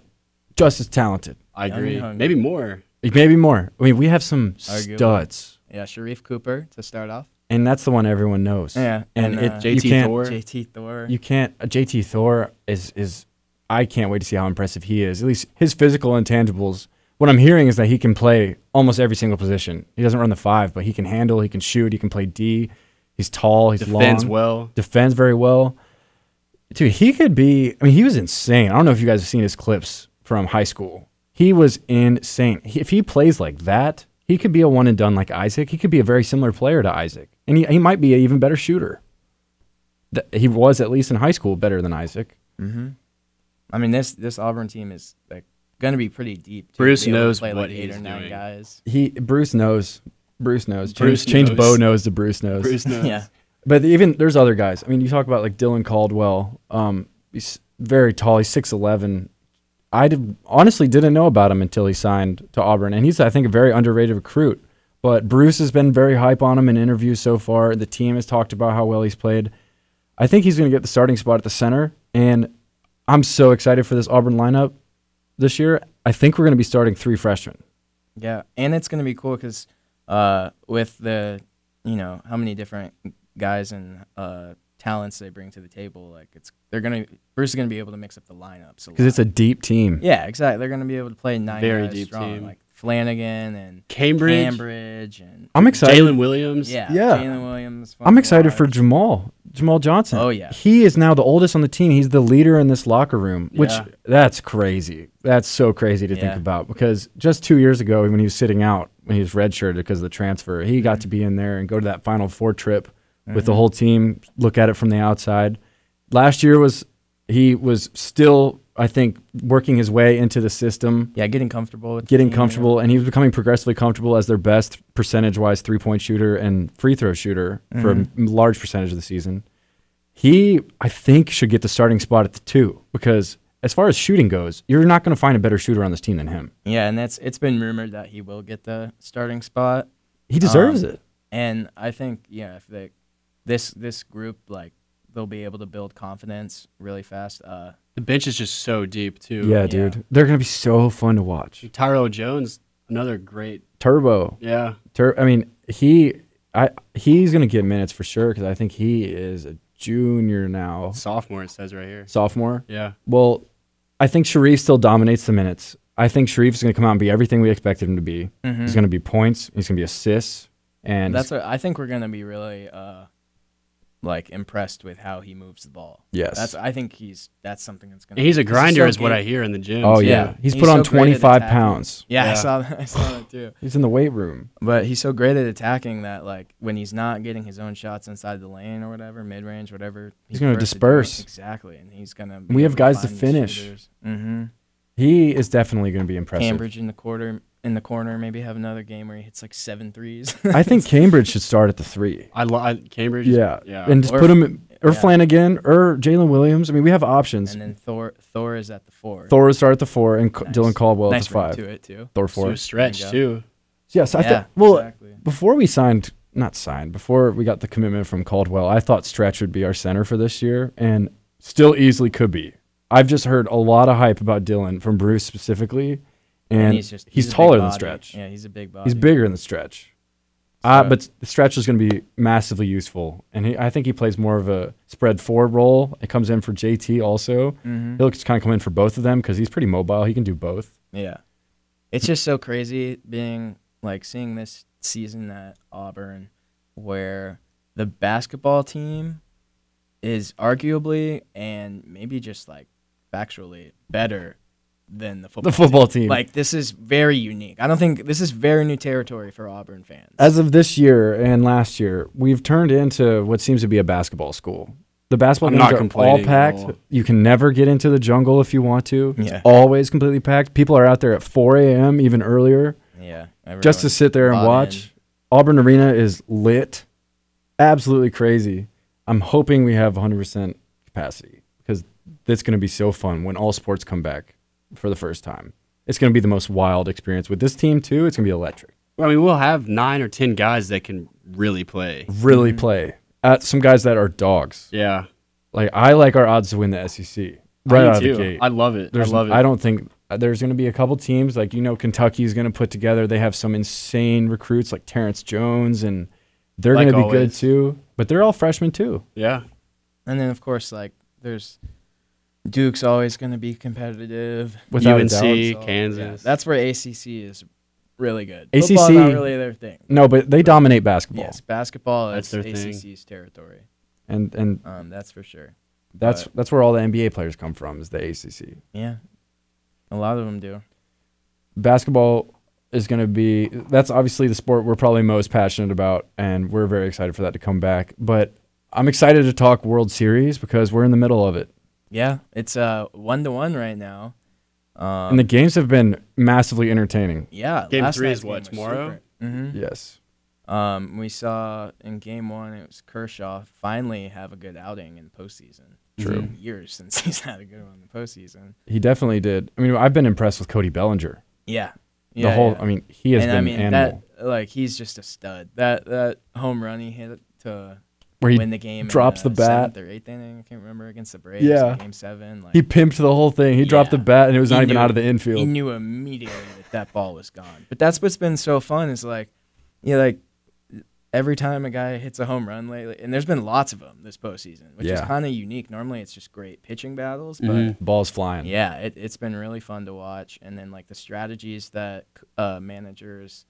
S2: just as talented,
S4: I
S3: Young and
S4: agree.
S3: hungry.
S4: Maybe more.
S2: maybe more. I mean, we have some
S3: Arguably.
S2: studs,
S3: Yeah, Sharif Cooper to start off.
S2: and that's the one everyone knows.
S3: Yeah,
S2: and,
S3: and,
S2: it,
S3: uh,
S2: you
S4: JT
S2: can't,
S4: Thor.
S3: JT Thor.
S2: you can't. uh, JT Thor is is. I can't wait to see how impressive he is. At least his physical intangibles. What I'm hearing is that he can play almost every single position. He doesn't run the five, but he can handle. He can shoot. He can play D. He's tall. He's
S4: Defends
S2: long.
S4: well.
S2: Defends very well. Dude, he could be. I mean, he was insane. I don't know if you guys have seen his clips from high school. He was insane. He, if he plays like that, he could be a one and done like Isaac. He could be a very similar player to Isaac, and he, he might be an even better shooter. Th- he was at least in high school better than Isaac.
S3: I mean this this Auburn team is like gonna be pretty deep. Too,
S4: Bruce
S3: Be able to
S4: knows
S3: play,
S4: what
S3: like, eight
S4: he's
S3: or nine
S4: doing.
S3: guys.
S2: He Bruce knows. Bruce knows. Change,
S4: Bruce
S2: change
S4: knows.
S2: Bo knows to Bruce knows.
S4: Bruce knows.
S3: Yeah.
S2: But even there's other guys. I mean, you talk about like Dylan Caldwell. Um, he's very tall. He's six eleven. I did, honestly didn't know about him until he signed to Auburn, and he's I think a very underrated recruit. But Bruce has been very hype on him in interviews so far. The team has talked about how well he's played. I think he's going to get the starting spot at the center, and I'm so excited for this Auburn lineup this year. I think we're going to be starting three freshmen.
S3: Yeah, and it's gonna be cool because uh, with the you know how many different guys and uh, talents they bring to the table, like it's they're gonna Bruce is gonna be able to mix up the lineups
S2: because it's a deep team.
S3: yeah exactly they're gonna be able to play nine
S4: Very
S3: guys
S4: deep
S3: strong
S4: team.
S3: like Flanagan and
S4: Cambridge.
S3: Cambridge and
S2: I'm excited.
S4: Jalen Williams.
S3: yeah
S2: Yeah.
S3: Jalen Williams.
S2: I'm excited for
S3: Fontenot.
S2: Jamal. Jamal Johnson.
S3: Oh, yeah.
S2: He is now the oldest on the team. He's the leader in this locker room, which
S4: Yeah.
S2: that's crazy. That's so crazy to think
S3: Yeah.
S2: about because just 2 years ago when he was sitting out, when he was redshirted because of the transfer, he
S3: Mm-hmm.
S2: got to be in there and go to that final four trip with the whole team, look at it from the outside. Last year was he was still I think working his way into the system
S3: yeah getting comfortable with the
S2: getting
S3: team, you know?
S2: comfortable, and he was becoming progressively comfortable as their best percentage-wise three-point shooter and free throw shooter for a m- large percentage of the season. He, I think, should get the starting spot at the two because, as far as shooting goes, you're not going to find a better shooter on this team than him.
S3: Yeah, and that's it's been rumored that he will get the starting spot.
S2: He deserves
S3: Um,
S2: it.
S3: And I think yeah, if they this this group like they'll be able to build confidence really fast. Uh,
S4: The bench is just so deep too.
S2: Yeah, dude. They're going to be so fun to watch.
S4: Tyro Jones, another great.
S2: Turbo.
S4: Yeah,
S2: Tur- I mean, he I he's going to get minutes for sure cuz I think he is a junior now,
S4: sophomore it says right here.
S2: sophomore.
S4: Yeah,
S2: Well, I think Sharif still dominates the minutes. I think Sharif's going to come out and be everything we expected him to be. He's going to be points, he's going to be assists, and
S3: Mm-hmm. that's what I think we're gonna be really uh, like impressed with how he moves the ball.
S2: Yes.
S3: that's I think he's that's something that's gonna.
S4: and he's a
S3: 'cause
S4: grinder,
S3: so
S4: is what
S3: ga-
S4: I hear in the gym.
S2: Oh
S4: too.
S2: yeah,
S3: Yeah.
S2: he's,
S3: He's
S2: put on
S3: so great at
S2: 25
S3: attacking.
S2: pounds.
S3: Yeah,
S4: Yeah.
S3: I saw that. I saw that too.
S2: He's in the weight room.
S3: But he's so great at attacking that, like, when he's not getting his own shots inside the lane or whatever, mid range, whatever,
S2: He's gonna
S3: prefers to do it.
S2: disperse.
S3: exactly, and he's gonna.
S2: we have guys to finish.
S3: Mm-hmm.
S2: He is definitely going to be impressive.
S3: Cambridge in the quarter, in the corner, maybe have another game where he hits like seven threes.
S2: I think Cambridge should start at the three.
S4: I, lo- I Cambridge. is-
S2: Yeah,
S4: yeah.
S2: and just
S3: Or-
S2: put him or
S3: yeah.
S2: Flanagan or Jalen Williams. I mean, we have options.
S3: and then Thor, Thor is at the four.
S2: Thor would start at the four, and C-
S3: Nice.
S2: Dylan Caldwell
S3: nice
S2: at the
S3: ring
S2: five.
S3: to it too.
S2: Thor
S4: so
S2: four.
S4: stretch
S3: There you
S4: too.
S2: Yeah, so I
S3: yeah,
S2: thought. Well,
S3: exactly.
S2: before we signed, not signed, before we got the commitment from Caldwell, I thought Stretch would be our center for this year, and still easily could be. I've just heard a lot of hype about Dylan from Bruce specifically, and, he's,
S3: a big
S2: taller than
S3: body.
S2: Stretch.
S3: Yeah, he's a big body.
S2: He's bigger than the stretch. Uh,
S3: So-
S2: but the stretch is going to be massively useful. And he, I think he plays more of a spread forward role. It comes in for JT also.
S3: Mm-hmm.
S2: He'll just kind of come in for both of them because he's pretty mobile. He can do both.
S3: Yeah. It's just so crazy being like seeing this season at Auburn where the basketball team is arguably and maybe just like factually better than the football
S2: The football team.
S3: Like this is very unique. I don't think this is very new territory for Auburn fans.
S2: As of this year and last year, we've turned into what seems to be a basketball school. The basketball
S4: I'm
S2: games
S4: not
S2: are all
S4: complaining at
S2: packed.
S4: all.
S2: You can never get into the jungle if you want to. It's
S3: Yeah.
S2: always completely packed. People are out there at 4 a.m. even earlier.
S3: yeah.
S2: just to
S3: everyone
S2: sit there and
S3: bought
S2: watch.
S3: in.
S2: Auburn Arena is lit, absolutely crazy. I'm hoping we have 100% capacity because that's going to be so fun when all sports come back for the first time. It's going to be the most wild experience with this team too. It's going to be electric.
S4: Well, I mean, we'll have nine or ten guys that can really play.
S2: Really play at some guys that are dogs.
S4: Yeah,
S2: Like I like our odds to win the SEC right
S4: I do
S2: out of
S4: too.
S2: the gate.
S4: I love it.
S2: There's,
S4: I love it.
S2: I don't think uh, there's going to be a couple teams like you know Kentucky's going to put together. They have some insane recruits like Terrence Jones, and they're
S4: Like
S2: going to be good
S4: always.
S2: too. But they're all freshmen too.
S4: Yeah,
S3: And then of course like there's Duke's always going to be competitive.
S2: Without a doubt.
S4: UNC,
S3: So, yeah,
S4: Kansas.
S3: that's where ACC is really good.
S2: ACC
S3: Football's not really their thing.
S2: No, but they dominate basketball,
S3: Yes, basketball is
S4: That's their thing.
S3: ACC's territory.
S2: and and
S3: Um, that's for sure.
S2: that's
S3: But-
S2: that's where all the NBA players come from is the ACC.
S3: Yeah, a lot of them do.
S2: Basketball is going to be that's obviously the sport we're probably most passionate about, and we're very excited for that to come back. But I'm excited to talk World Series because we're in the middle of it.
S3: Yeah, it's uh one to one right now. Um,
S2: And the games have been massively entertaining.
S3: yeah,
S4: Game
S3: last
S4: three
S3: night's
S4: is what,
S3: game was
S4: tomorrow?
S3: Super, Mm-hmm.
S2: Yes.
S3: hmm Um, we saw in game one it was Kershaw finally have a good outing in postseason. True. Years since he's had a good one in the postseason.
S2: He definitely did. I mean, I've been impressed with Cody Bellinger.
S3: Yeah.
S2: The
S3: yeah
S2: whole,
S3: yeah.
S2: I mean, he has
S3: and
S2: been
S3: I mean
S2: animal.
S3: that like he's just a stud. That that home run he hit to
S2: where he
S3: win the game. in
S2: drops the bat.
S3: seventh or eighth inning. I can't remember against the Braves.
S2: Yeah.
S3: in game seven. Like
S2: he pimped the whole thing. He dropped the
S3: Yeah.
S2: bat, and it was
S3: He
S2: not even
S3: knew-
S2: out of the
S3: he
S2: infield.
S3: knew immediately that that ball was gone. But that's what's been so fun is like, you know, like every time a guy hits a home run lately, and there's been lots of them this postseason, which is
S2: Yeah. Mm-hmm.
S3: kind of unique. Normally it's just great pitching battles, but
S4: Mhm.
S2: Ball's flying.
S3: yeah, it, it's been really fun to watch. And then like the strategies that uh, managers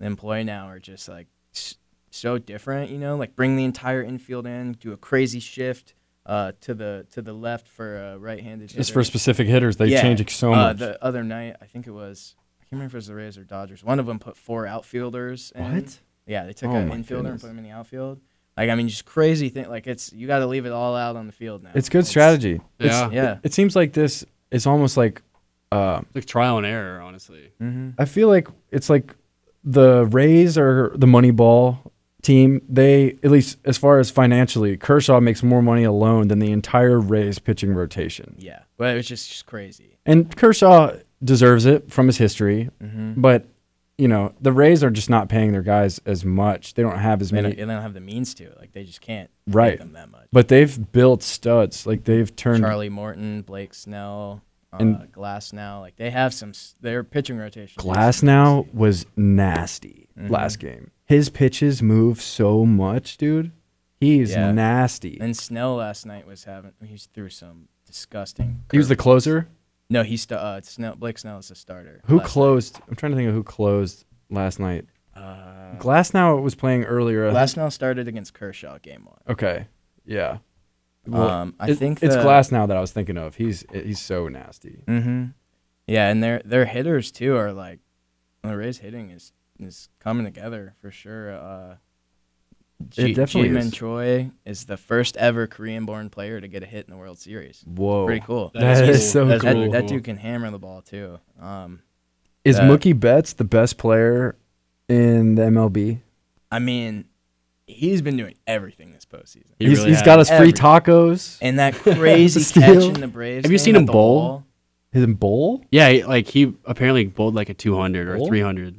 S3: employ now are just like s- so different. You know, like bring the entire infield in, do a crazy shift uh, to the to the left for a right-handed.
S2: Just
S3: hitter.
S2: for specific hitters, they
S3: Yeah.
S2: change it so
S3: Uh,
S2: much.
S3: the other night, I think it was I can't remember if it was the Rays or Dodgers. One of them put four outfielders. In.
S2: What?
S3: Yeah, they took
S2: Oh
S3: an
S2: my
S3: infielder and
S2: goodness.
S3: put him in the outfield. Like I mean, just crazy thing. Like it's you got to leave it all out on the field now.
S2: it's good strategy. It's-
S4: Yeah.
S3: Yeah.
S2: It seems like this is almost like, uh,
S4: It's like trial and error, honestly.
S3: Mm-hmm.
S2: I feel like it's like the Rays or the Moneyball team. They, at least as far as financially, Kershaw makes more money alone than the entire Rays pitching rotation.
S3: Yeah, but it was just, just crazy. Mm-hmm.
S2: And Kershaw deserves it from his history, but you know, the Rays are just not paying their guys as much. They don't have as
S3: They
S2: many.
S3: don't, they don't have the means to. Like they just can't pay
S2: Right.
S3: them that much.
S2: But they've built studs. Like they've turned.
S3: Charlie Morton, Blake Snell, uh,
S2: And-
S3: Glass now. Like they have some. s- Their pitching rotation. is-
S2: Glass now was nasty
S3: Mm-hmm.
S2: last game. His pitches move so much, dude. He's
S3: Yeah.
S2: nasty.
S3: And Snell last night was having. He threw some disgusting.
S2: he was the
S3: curve-
S2: closer.
S3: no. He's st- uh, Snell. Blake Snell is the starter.
S2: Who
S3: last
S2: closed? I'm trying to think of who closed last night.
S3: Uh,
S2: Glass now was playing earlier. I think-
S3: Glass now started against Kershaw game one.
S2: Okay. Yeah.
S3: um, I
S2: it-
S3: think
S2: it's
S3: the-
S2: Glass now that I was thinking of. He's he's so nasty.
S3: Mm-hmm. Yeah, and their their hitters too are like the Rays hitting is is coming together for sure. Uh, G-
S2: It definitely
S3: Jimin
S2: is.
S3: Choi is the first ever Korean-born player to get a hit in the World Series.
S2: Whoa.
S3: Pretty cool.
S2: That is so
S4: That's
S3: that,
S2: cool.
S3: that dude can hammer the ball too. Um,
S2: Is
S3: that-
S2: Mookie Betts the best player in the MLB?
S3: I mean, he's been doing everything this postseason.
S4: He
S2: he's
S4: really
S2: he's got
S4: has.
S2: us free
S3: Every-
S2: tacos.
S3: And that crazy
S2: Steal.
S3: catch in the Braves.
S4: Have you
S3: game
S4: seen
S3: at
S4: him
S3: the
S4: bowl?
S3: wall.
S2: His bowl?
S4: Yeah, he- like he apparently bowled like a 200 or
S2: Bowl?
S4: 300.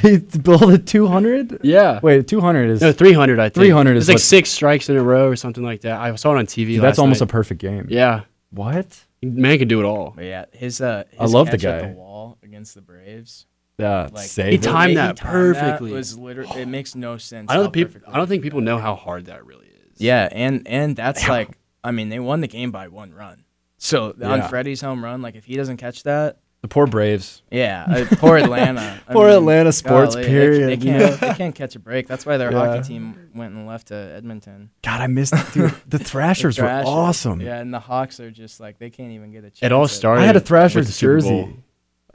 S2: He bowled a 200?
S4: Yeah.
S2: Wait, 200 is
S4: No, 300, I think.
S2: 300 is
S4: It's like
S2: what-
S4: six strikes in a row or something like that. I saw it on TV
S2: that's
S4: last
S2: almost a
S4: night.
S2: perfect game.
S4: Yeah.
S2: What?
S4: Man can do it all.
S3: But yeah, his uh, his
S2: I love the
S3: catch at
S2: guy.
S3: the wall against the Braves.
S2: Yeah,
S3: Like
S2: save
S4: He
S2: it.
S3: the
S4: timed
S3: way
S4: that perfectly.
S3: was liter- it makes no sense.
S4: I
S3: how
S4: don't think people
S3: perfectly
S4: I don't
S3: he
S4: think
S3: did
S4: people
S3: that.
S4: know how hard that really is.
S3: Yeah, and and that's like I mean they won the game by one run. So
S2: Yeah.
S3: on Freddie's home run, like if he doesn't catch that,
S2: the poor Braves.
S3: yeah, uh, poor Atlanta. I
S2: Poor
S3: mean,
S2: Atlanta sports
S3: golly, They,
S2: period,
S3: they
S2: you
S3: can't they can't catch a break. That's why their
S2: Yeah.
S3: hockey team went and left to Edmonton.
S2: God, I missed dude, the
S3: The
S2: Thrashers were
S3: Thrashers,
S2: awesome.
S3: Yeah, and the Hawks are just like they can't even get a chance.
S4: It all
S3: at-
S4: started
S2: I had a
S4: with the
S2: Thrashers
S4: Super
S2: jersey.
S4: Bowl.
S3: e-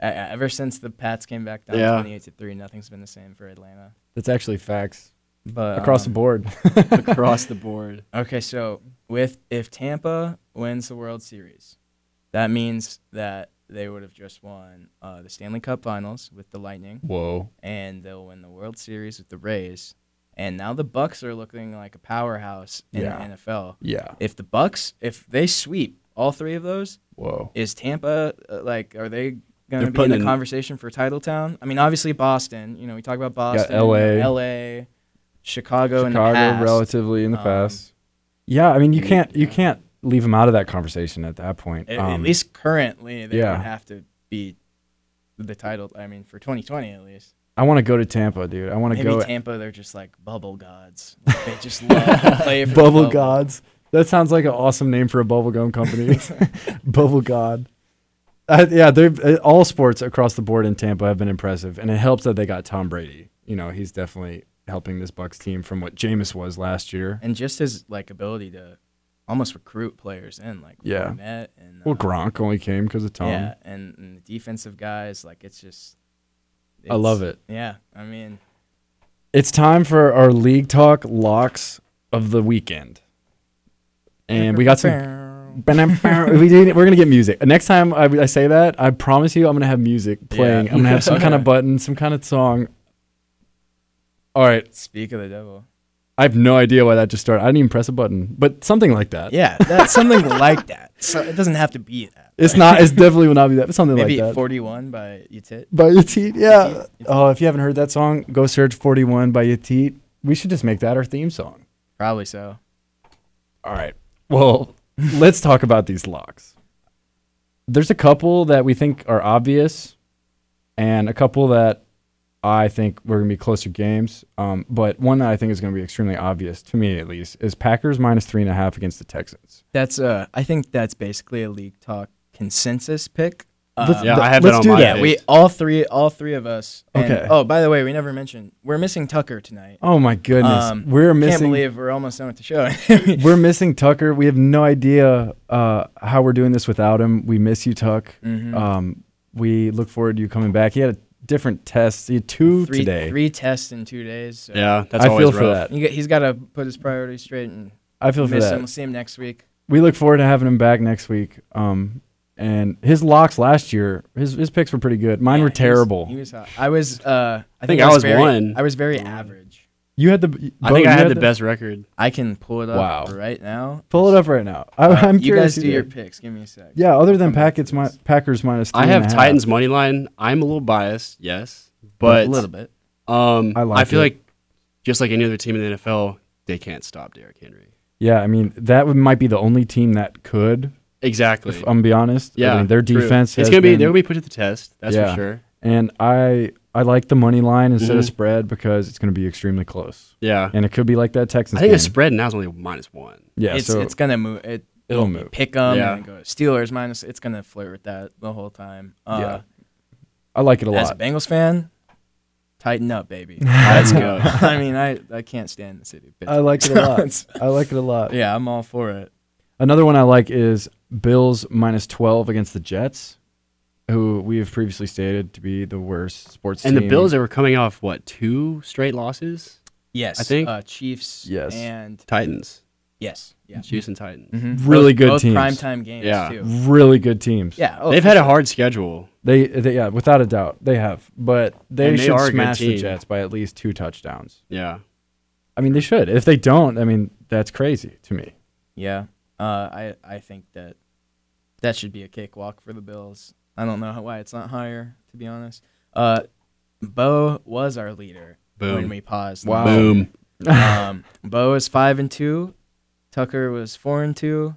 S3: e- ever since the Pats came back down
S4: Yeah.
S3: 28 to 3, nothing's been the same for Atlanta.
S2: That's actually facts
S3: But
S2: across the
S3: um,
S2: board.
S4: across the board.
S3: Okay, so with if Tampa wins the World Series, that means that they would have just won uh, the Stanley Cup Finals with the Lightning,
S2: Whoa.
S3: and they'll win the World Series with the Rays. And now the Bucks are looking like a powerhouse in
S2: Yeah.
S3: the NFL.
S2: Yeah.
S3: If the Bucks, if they sweep all three of those,
S2: Whoa.
S3: is Tampa uh, like are they going
S4: They're
S3: to be in
S4: putting
S3: the
S4: in-
S3: conversation for title town? I mean, obviously Boston. You know, we talk about Boston,
S2: LA.
S3: LA, Chicago, in the
S2: Chicago
S3: past.
S2: relatively in the
S3: Um,
S2: past. Yeah, I mean you can't you can't leave him out of that conversation at that point.
S3: At, at
S2: Um,
S3: least currently, they
S2: yeah.
S3: would have to be the title. I mean, for 2020 at least.
S2: I want to go to Tampa, dude. I want to
S3: Maybe
S2: go
S3: Tampa, they're just like bubble gods. Like, they just love to play for the
S2: Bubble Gods. That sounds like an awesome name for a bubblegum company. Bubble God. Uh, yeah, they uh, all sports across the board in Tampa have been impressive, and it helps that they got Tom Brady. You know, he's definitely helping this Bucks team from what Jameis was last year.
S3: And just his like ability to almost recruit players in, like
S2: Yeah.
S3: Fournette and
S2: Well,
S3: uh,
S2: Gronk only came because of Tom.
S3: yeah, and, and the defensive guys. Like it's just.
S2: I love
S3: it's-
S2: it.
S3: Yeah, I mean,
S2: It's time for our league talk locks of the weekend, and we got some Ba-dum-bow. we did, we're gonna get music next time I, I say that i promise you i'm gonna have music playing i'm gonna have some kind of button some kind of song all right
S3: Speak of the devil.
S2: i have no idea why that just started i didn't even press a button but something like that
S3: Yeah, that's something like that. So it doesn't have to be that.
S2: it's not it's definitely will not be that but something
S3: Maybe
S2: like that
S3: 41 by Utit.
S2: by Yatit, yeah oh if you haven't heard that song go search 41 by Yatit. we should just make that our theme song
S3: Probably so.
S2: All right. Well, let's talk about these locks. There's a couple that we think are obvious, and a couple that I think we're gonna be closer games. Um, but one that I think is gonna be extremely obvious to me, at least, is Packers minus three and a half against the Texans.
S3: That's uh, I think that's basically a league talk consensus pick.
S2: Let's-
S3: Um,
S4: Yeah,
S2: th-
S4: I have
S2: let's
S4: that on
S2: do
S4: my
S2: that.
S3: yeah, we all three, all three of us. and-
S2: Okay.
S3: Oh, by the way, we never mentioned we're missing Tucker tonight.
S2: Oh my goodness,
S3: Um,
S2: we're
S3: Can't
S2: missing.
S3: believe we're almost done with the show.
S2: we're missing Tucker. We have no idea uh, how we're doing this without him. We miss you, Tuck.
S3: Mhm.
S2: Um, we look forward to you coming back. He had a different test. He had two
S3: three,
S2: today.
S3: three tests in two days. So
S4: Yeah, that's
S2: I
S4: always
S2: feel for
S4: rough.
S2: that.
S3: You get, he's got to put his priorities straight and
S2: I feel for
S3: miss
S2: that.
S3: him. We'll see him next week.
S2: we look forward to having him back next week. Um, and his locks last year, his his picks were pretty good. Mine
S3: Yeah,
S2: were
S3: he was-
S2: terrible.
S3: He was, hot. I was. Uh, I think,
S4: think I was
S3: very-
S4: one.
S3: I was very average.
S2: you had the.
S4: I
S2: Bo,
S4: think I
S2: you
S4: had the best record.
S3: I can pull it up
S2: Wow.
S3: right now.
S2: Pull it up right now. I,
S3: Uh,
S2: I'm
S3: you
S2: curious.
S3: guys do
S2: either.
S3: your picks. Give me a sec.
S2: yeah. Other than
S3: Come back to
S2: Packers, mi-
S3: this.
S2: Packers minus. Three
S4: I
S2: and a
S4: have
S2: half.
S4: Titans money line. I'm a little biased, yes, But
S3: a little bit.
S4: um,
S2: I
S4: I,
S2: like
S4: feel
S2: it.
S4: like just like any other team in the NFL, they can't stop Derrick Henry.
S2: Yeah, I mean that would, might be the only team that could.
S4: Exactly.
S2: If I'm be honest, I
S4: yeah,
S2: mean, their
S4: true.
S2: defense.
S4: It's
S2: has
S4: gonna be
S2: been-
S4: they're gonna be put to the test. That's
S2: Yeah.
S4: for sure.
S2: and I I like the money line instead of
S4: Mhm.
S2: spread because it's going to be extremely close,
S4: Yeah,
S2: and it could be like that Texans
S4: I think
S2: game.
S4: the spread now is only minus one.
S2: yeah,
S3: it's
S2: so
S3: it's gonna move. It
S2: it'll move.
S3: pick them
S4: Yeah.
S3: and go Steelers minus. It's gonna flirt with that the whole time. Uh,
S2: I like it a
S3: as a
S2: lot.
S3: Bengals fan, tighten up, baby. Let's go.
S4: up.
S3: I mean, I, I can't stand the city. Bitch.
S2: I like it a lot. I like it a lot.
S3: yeah, I'm all for it.
S2: Another one I like is Bills minus twelve against the Jets, who we have previously stated to be the worst sports
S4: And
S2: team.
S4: the Bills they were coming off what two straight losses?
S3: Yes,
S4: I think-
S3: uh, Chiefs.
S2: Yes.
S3: and
S4: Titans,
S3: yes, yeah,
S4: Houston Titans.
S3: Mhm.
S2: Really
S3: Both-
S2: good
S3: both
S2: teams.
S3: primetime games
S4: Yeah.
S3: too.
S2: really good teams.
S3: Yeah, oh,
S4: They've had a hard schedule.
S2: They, they yeah, without a doubt, they have. But they,
S4: And they
S2: should
S4: are a good
S2: smash the
S4: team.
S2: Jets by at least two touchdowns.
S4: Yeah,
S2: I mean, they should. If they don't, I mean, that's crazy to me.
S3: Yeah, uh, I I think that that should be a cakewalk for the Bills. I don't know how, why it's not higher, to be honest. Uh, Bo was our leader when
S4: Boom.
S3: we paused.
S2: Wow.
S4: boom.
S3: um, Bo is five and two. Tucker was four and two.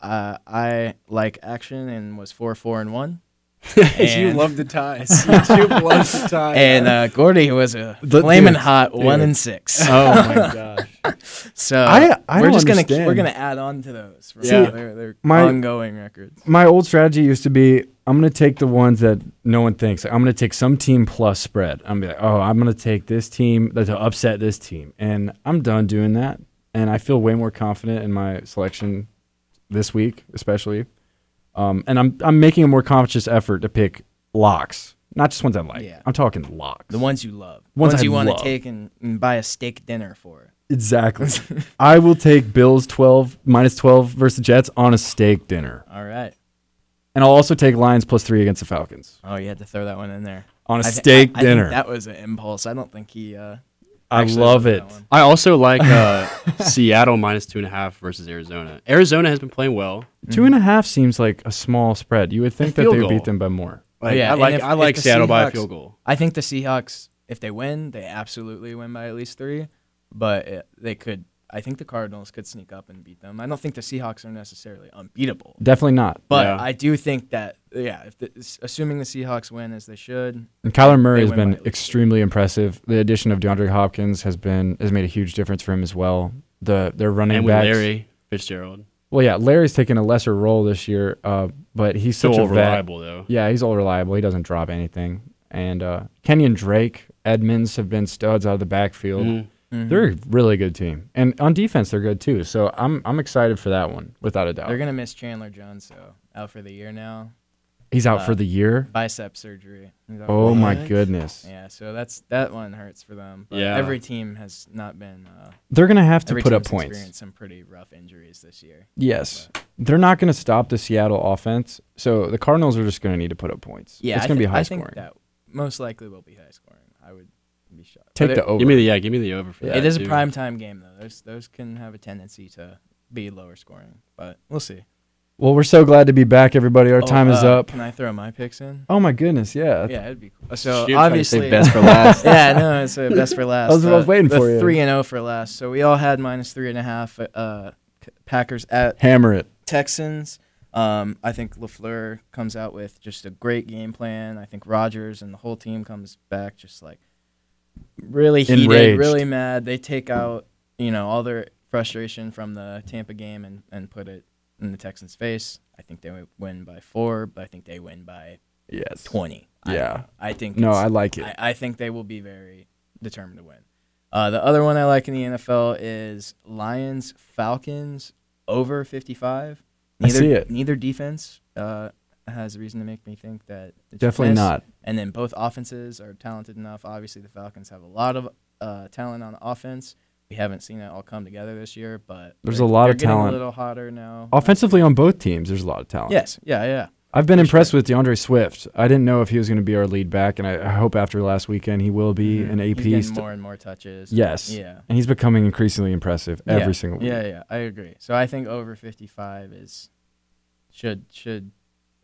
S3: Uh, I like action and was four four and one. And-
S4: the ties. you love the ties.
S3: And uh, Gordy was a
S2: The-
S3: flaming
S2: dude,
S3: hot one
S2: dude.
S3: and six.
S2: Oh my gosh.
S3: So
S2: I- I
S3: we're
S2: don't
S3: just gonna
S2: understand.
S3: we're gonna add on to those. From
S4: Yeah.
S3: their, their
S2: My-
S3: ongoing records.
S2: My old strategy used to be I'm going to take the ones that no one thinks. Like, I'm going to take some team plus spread. I'm gonna be like, oh, I'm going to take this team to upset this team. And I'm done doing that. And I feel way more confident in my selection this week, especially. Um, and I'm, I'm making a more conscious effort to pick locks, not just ones I like.
S3: Yeah.
S2: I'm talking locks.
S3: The ones you love.
S2: Ones
S3: Ones,
S2: I
S3: you want
S2: love.
S3: to take and, and buy a steak dinner for.
S2: Exactly. I will take Bills 12 minus 12 versus the Jets on a steak dinner.
S3: All right.
S2: And I'll also take Lions plus 3 against the Falcons
S3: Oh, you had to throw that one in there.
S2: on a
S3: I thi-
S2: steak
S3: I- I think
S2: dinner.
S3: that was an impulse. I don't think he. Uh,
S2: I
S3: actually
S2: love
S3: wrote
S2: it.
S3: that one.
S4: I also like uh, Seattle minus two and a half versus Arizona. Arizona has been playing well.
S2: Two
S3: Mm-hmm.
S2: and a half seems like a small spread. You would think that
S4: field
S2: they would
S4: goal.
S2: beat them by more.
S4: Like,
S3: yeah,
S4: I
S3: and
S4: like
S3: if-
S4: I
S3: if
S4: like
S3: the
S4: Seattle by a
S3: Seahawks-
S4: field goal.
S3: I think the Seahawks, if they win, they absolutely win by at least three. But it, they could. I think the Cardinals could sneak up and beat them. I don't think the Seahawks are necessarily unbeatable.
S2: Definitely not.
S3: But
S4: Yeah.
S3: I do think that yeah, if the, assuming the Seahawks win as they should,
S2: And Kyler Murray has
S3: They win by
S2: been
S3: at least
S2: extremely impressive. The addition of DeAndre Hopkins has been has made a huge difference for him as well. The their running
S4: And with
S2: backs.
S4: Larry Fitzgerald,
S2: Well, yeah, Larry's taken a lesser role this year, uh, but he's
S4: so
S2: such a vet.
S4: reliable though.
S2: Yeah, he's all reliable. He doesn't drop anything. And uh, Kenyon Drake, Edmonds have been studs out of the backfield.
S3: Mm-hmm.
S4: Mhm.
S2: They're a really good team, and on defense they're good too. So I'm I'm excited for that one without a doubt.
S3: they're gonna miss Chandler Jones though, out for the year now,
S2: he's out for
S3: uh,
S2: the year.
S3: bicep surgery. He's out for
S2: Oh
S3: the
S2: my
S3: year.
S2: goodness.
S3: Yeah, so that's that one hurts for them. But
S4: Yeah.
S3: every team has not been. Uh,
S2: They're gonna have to
S3: every
S2: put
S3: team
S2: up
S3: has
S2: points.
S3: Experienced some pretty rough injuries this year.
S2: Yes. They're not going to stop the Seattle offense, so the Cardinals are just going to need to put up points.
S3: Yeah,
S2: it's
S3: I
S2: going to
S3: thi-
S2: be high
S3: I
S2: scoring.
S3: think that most likely will be high scoring. I would be shocked.
S2: Take
S3: But
S2: the
S3: it-
S2: over.
S4: Give me the yeah, give me the over for that.
S3: It is a
S4: too.
S3: prime time game though. Those those can have a tendency to be lower scoring, but we'll see.
S2: well, we're so glad to be back, everybody. Our
S3: Oh,
S2: time is
S3: uh,
S2: up.
S3: Can I throw my picks in?
S2: Oh my goodness, yeah.
S3: Yeah, it'd be cool. So
S4: Shoot, trying to
S3: obviously
S4: save best for last.
S3: yeah, no, it's uh, best for last.
S2: That's what I was
S3: The-
S2: waiting
S3: the
S2: for, yeah.
S3: Three and zero for last. So we all had minus three and a half. Uh, C- Packers at
S2: Hammer it.
S3: Texans. Um, I think Lafleur comes out with just a great game plan. I think Rodgers and the whole team comes back just like really heated,
S2: Enraged.
S3: really mad. They take out you know all their frustration from the Tampa game and and put it in the Texans' face. I think they win by four, but I think they win by
S2: Yes.
S3: twenty. I-
S2: Yeah.
S3: I think
S2: No,
S3: it's-
S2: I like it.
S3: I, I think they will be very determined to win. Uh, the other one I like in the NFL is Lions Falcons over 55.
S2: I
S3: Neither,
S2: see it.
S3: Neither defense uh, has reason to make me think that. the
S2: Definitely
S3: defense-
S2: not.
S3: And then both offenses are talented enough. Obviously, the Falcons have a lot of uh, talent on offense. We haven't seen it all come together this year, but
S2: There's
S3: they're-
S2: a lot
S3: they're
S2: of
S3: getting
S2: talent.
S3: A little hotter now.
S2: Offensively on both teams, there's a lot of talent.
S3: Yes. Yeah. Yeah.
S2: I've been
S3: For
S2: impressed
S3: sure.
S2: with DeAndre Swift. I didn't know if he was going to be our lead back, and I, I hope after last weekend he will be an
S3: Mm-hmm. He's
S2: AP.
S3: getting
S2: st-
S3: more and more touches.
S2: Yes.
S3: Yeah.
S2: And he's becoming increasingly impressive every
S3: Yeah,
S2: single week.
S3: Yeah, yeah, I agree. So I think over 55 is should should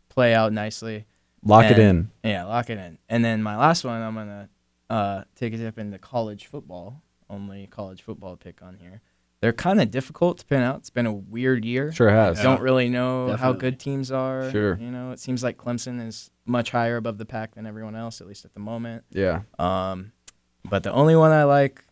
S3: play out nicely.
S2: Lock it
S3: And-
S2: in.
S3: Yeah, lock it in. And then my last one, I'm gonna uh, take a dip into college football. Only college football pick on here. They're kind of difficult to pin out. It's been a weird year.
S2: Sure has.
S4: Yeah.
S3: Don't really know how
S4: Definitely.
S3: good teams are.
S2: Sure.
S3: You know, it seems like Clemson is much higher above the pack than everyone else, at least at the moment.
S2: Yeah.
S3: Um, but the only one I like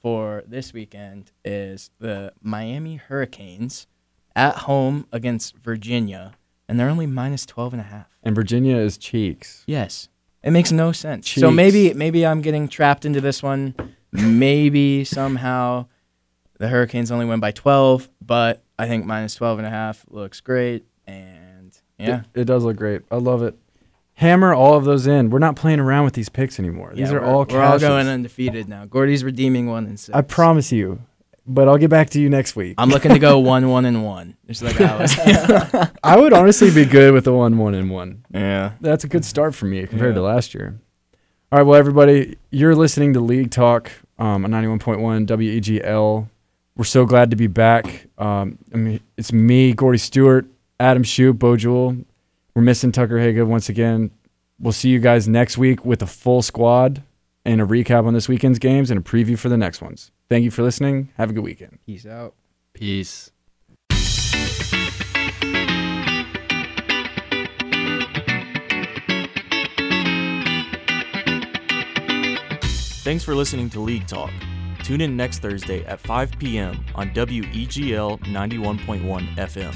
S3: for this weekend is the Miami Hurricanes at home against Virginia, and they're only minus 12 and a half.
S2: And Virginia is cheeks.
S3: Yes. It makes no sense. So maybe maybe I'm getting trapped into this one. Maybe somehow the Hurricanes only win by 12, but I think minus 12 and a half looks great and yeah.
S2: It, it does look great. I love it. Hammer all of those in. We're not playing around with these picks anymore. These
S3: Yeah,
S2: are
S3: we're-
S2: all
S3: We're all
S2: cashes.
S3: going undefeated now. Gordy's redeeming one and six.
S2: I promise you. But I'll get back to you next week.
S3: I'm looking to go one, one, and one. Just like I was.
S2: I would honestly be good with a one one and one.
S3: yeah. Mm-hmm.
S2: That's a good start for me compared to
S3: Yeah.
S2: last year. All right, well, everybody, you're listening to League Talk um, on 91.1 WEGL. E We're so glad to be back. Um, I mean, it's me, Gordy Stewart, Adam Shoup, Bo Jewell. We're missing Tucker Haga once again. We'll see you guys next week with a full squad and a recap on this weekend's games and a preview for the next ones. Thank you for listening. Have a good weekend.
S3: Peace out.
S4: Peace.
S6: Thanks for listening to League Talk. Tune in next Thursday at 5 p.m. on E WEGL 91.1 FM.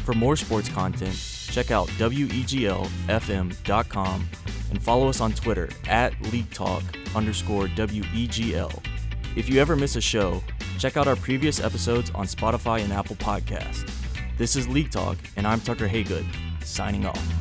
S6: For more sports content, check out E WEGLFM.com and follow us on Twitter at League Talk underscore WEGL. If you ever miss a show, check out our previous episodes on Spotify and Apple Podcasts. This is League Talk, and I'm Tucker Haygood, signing off.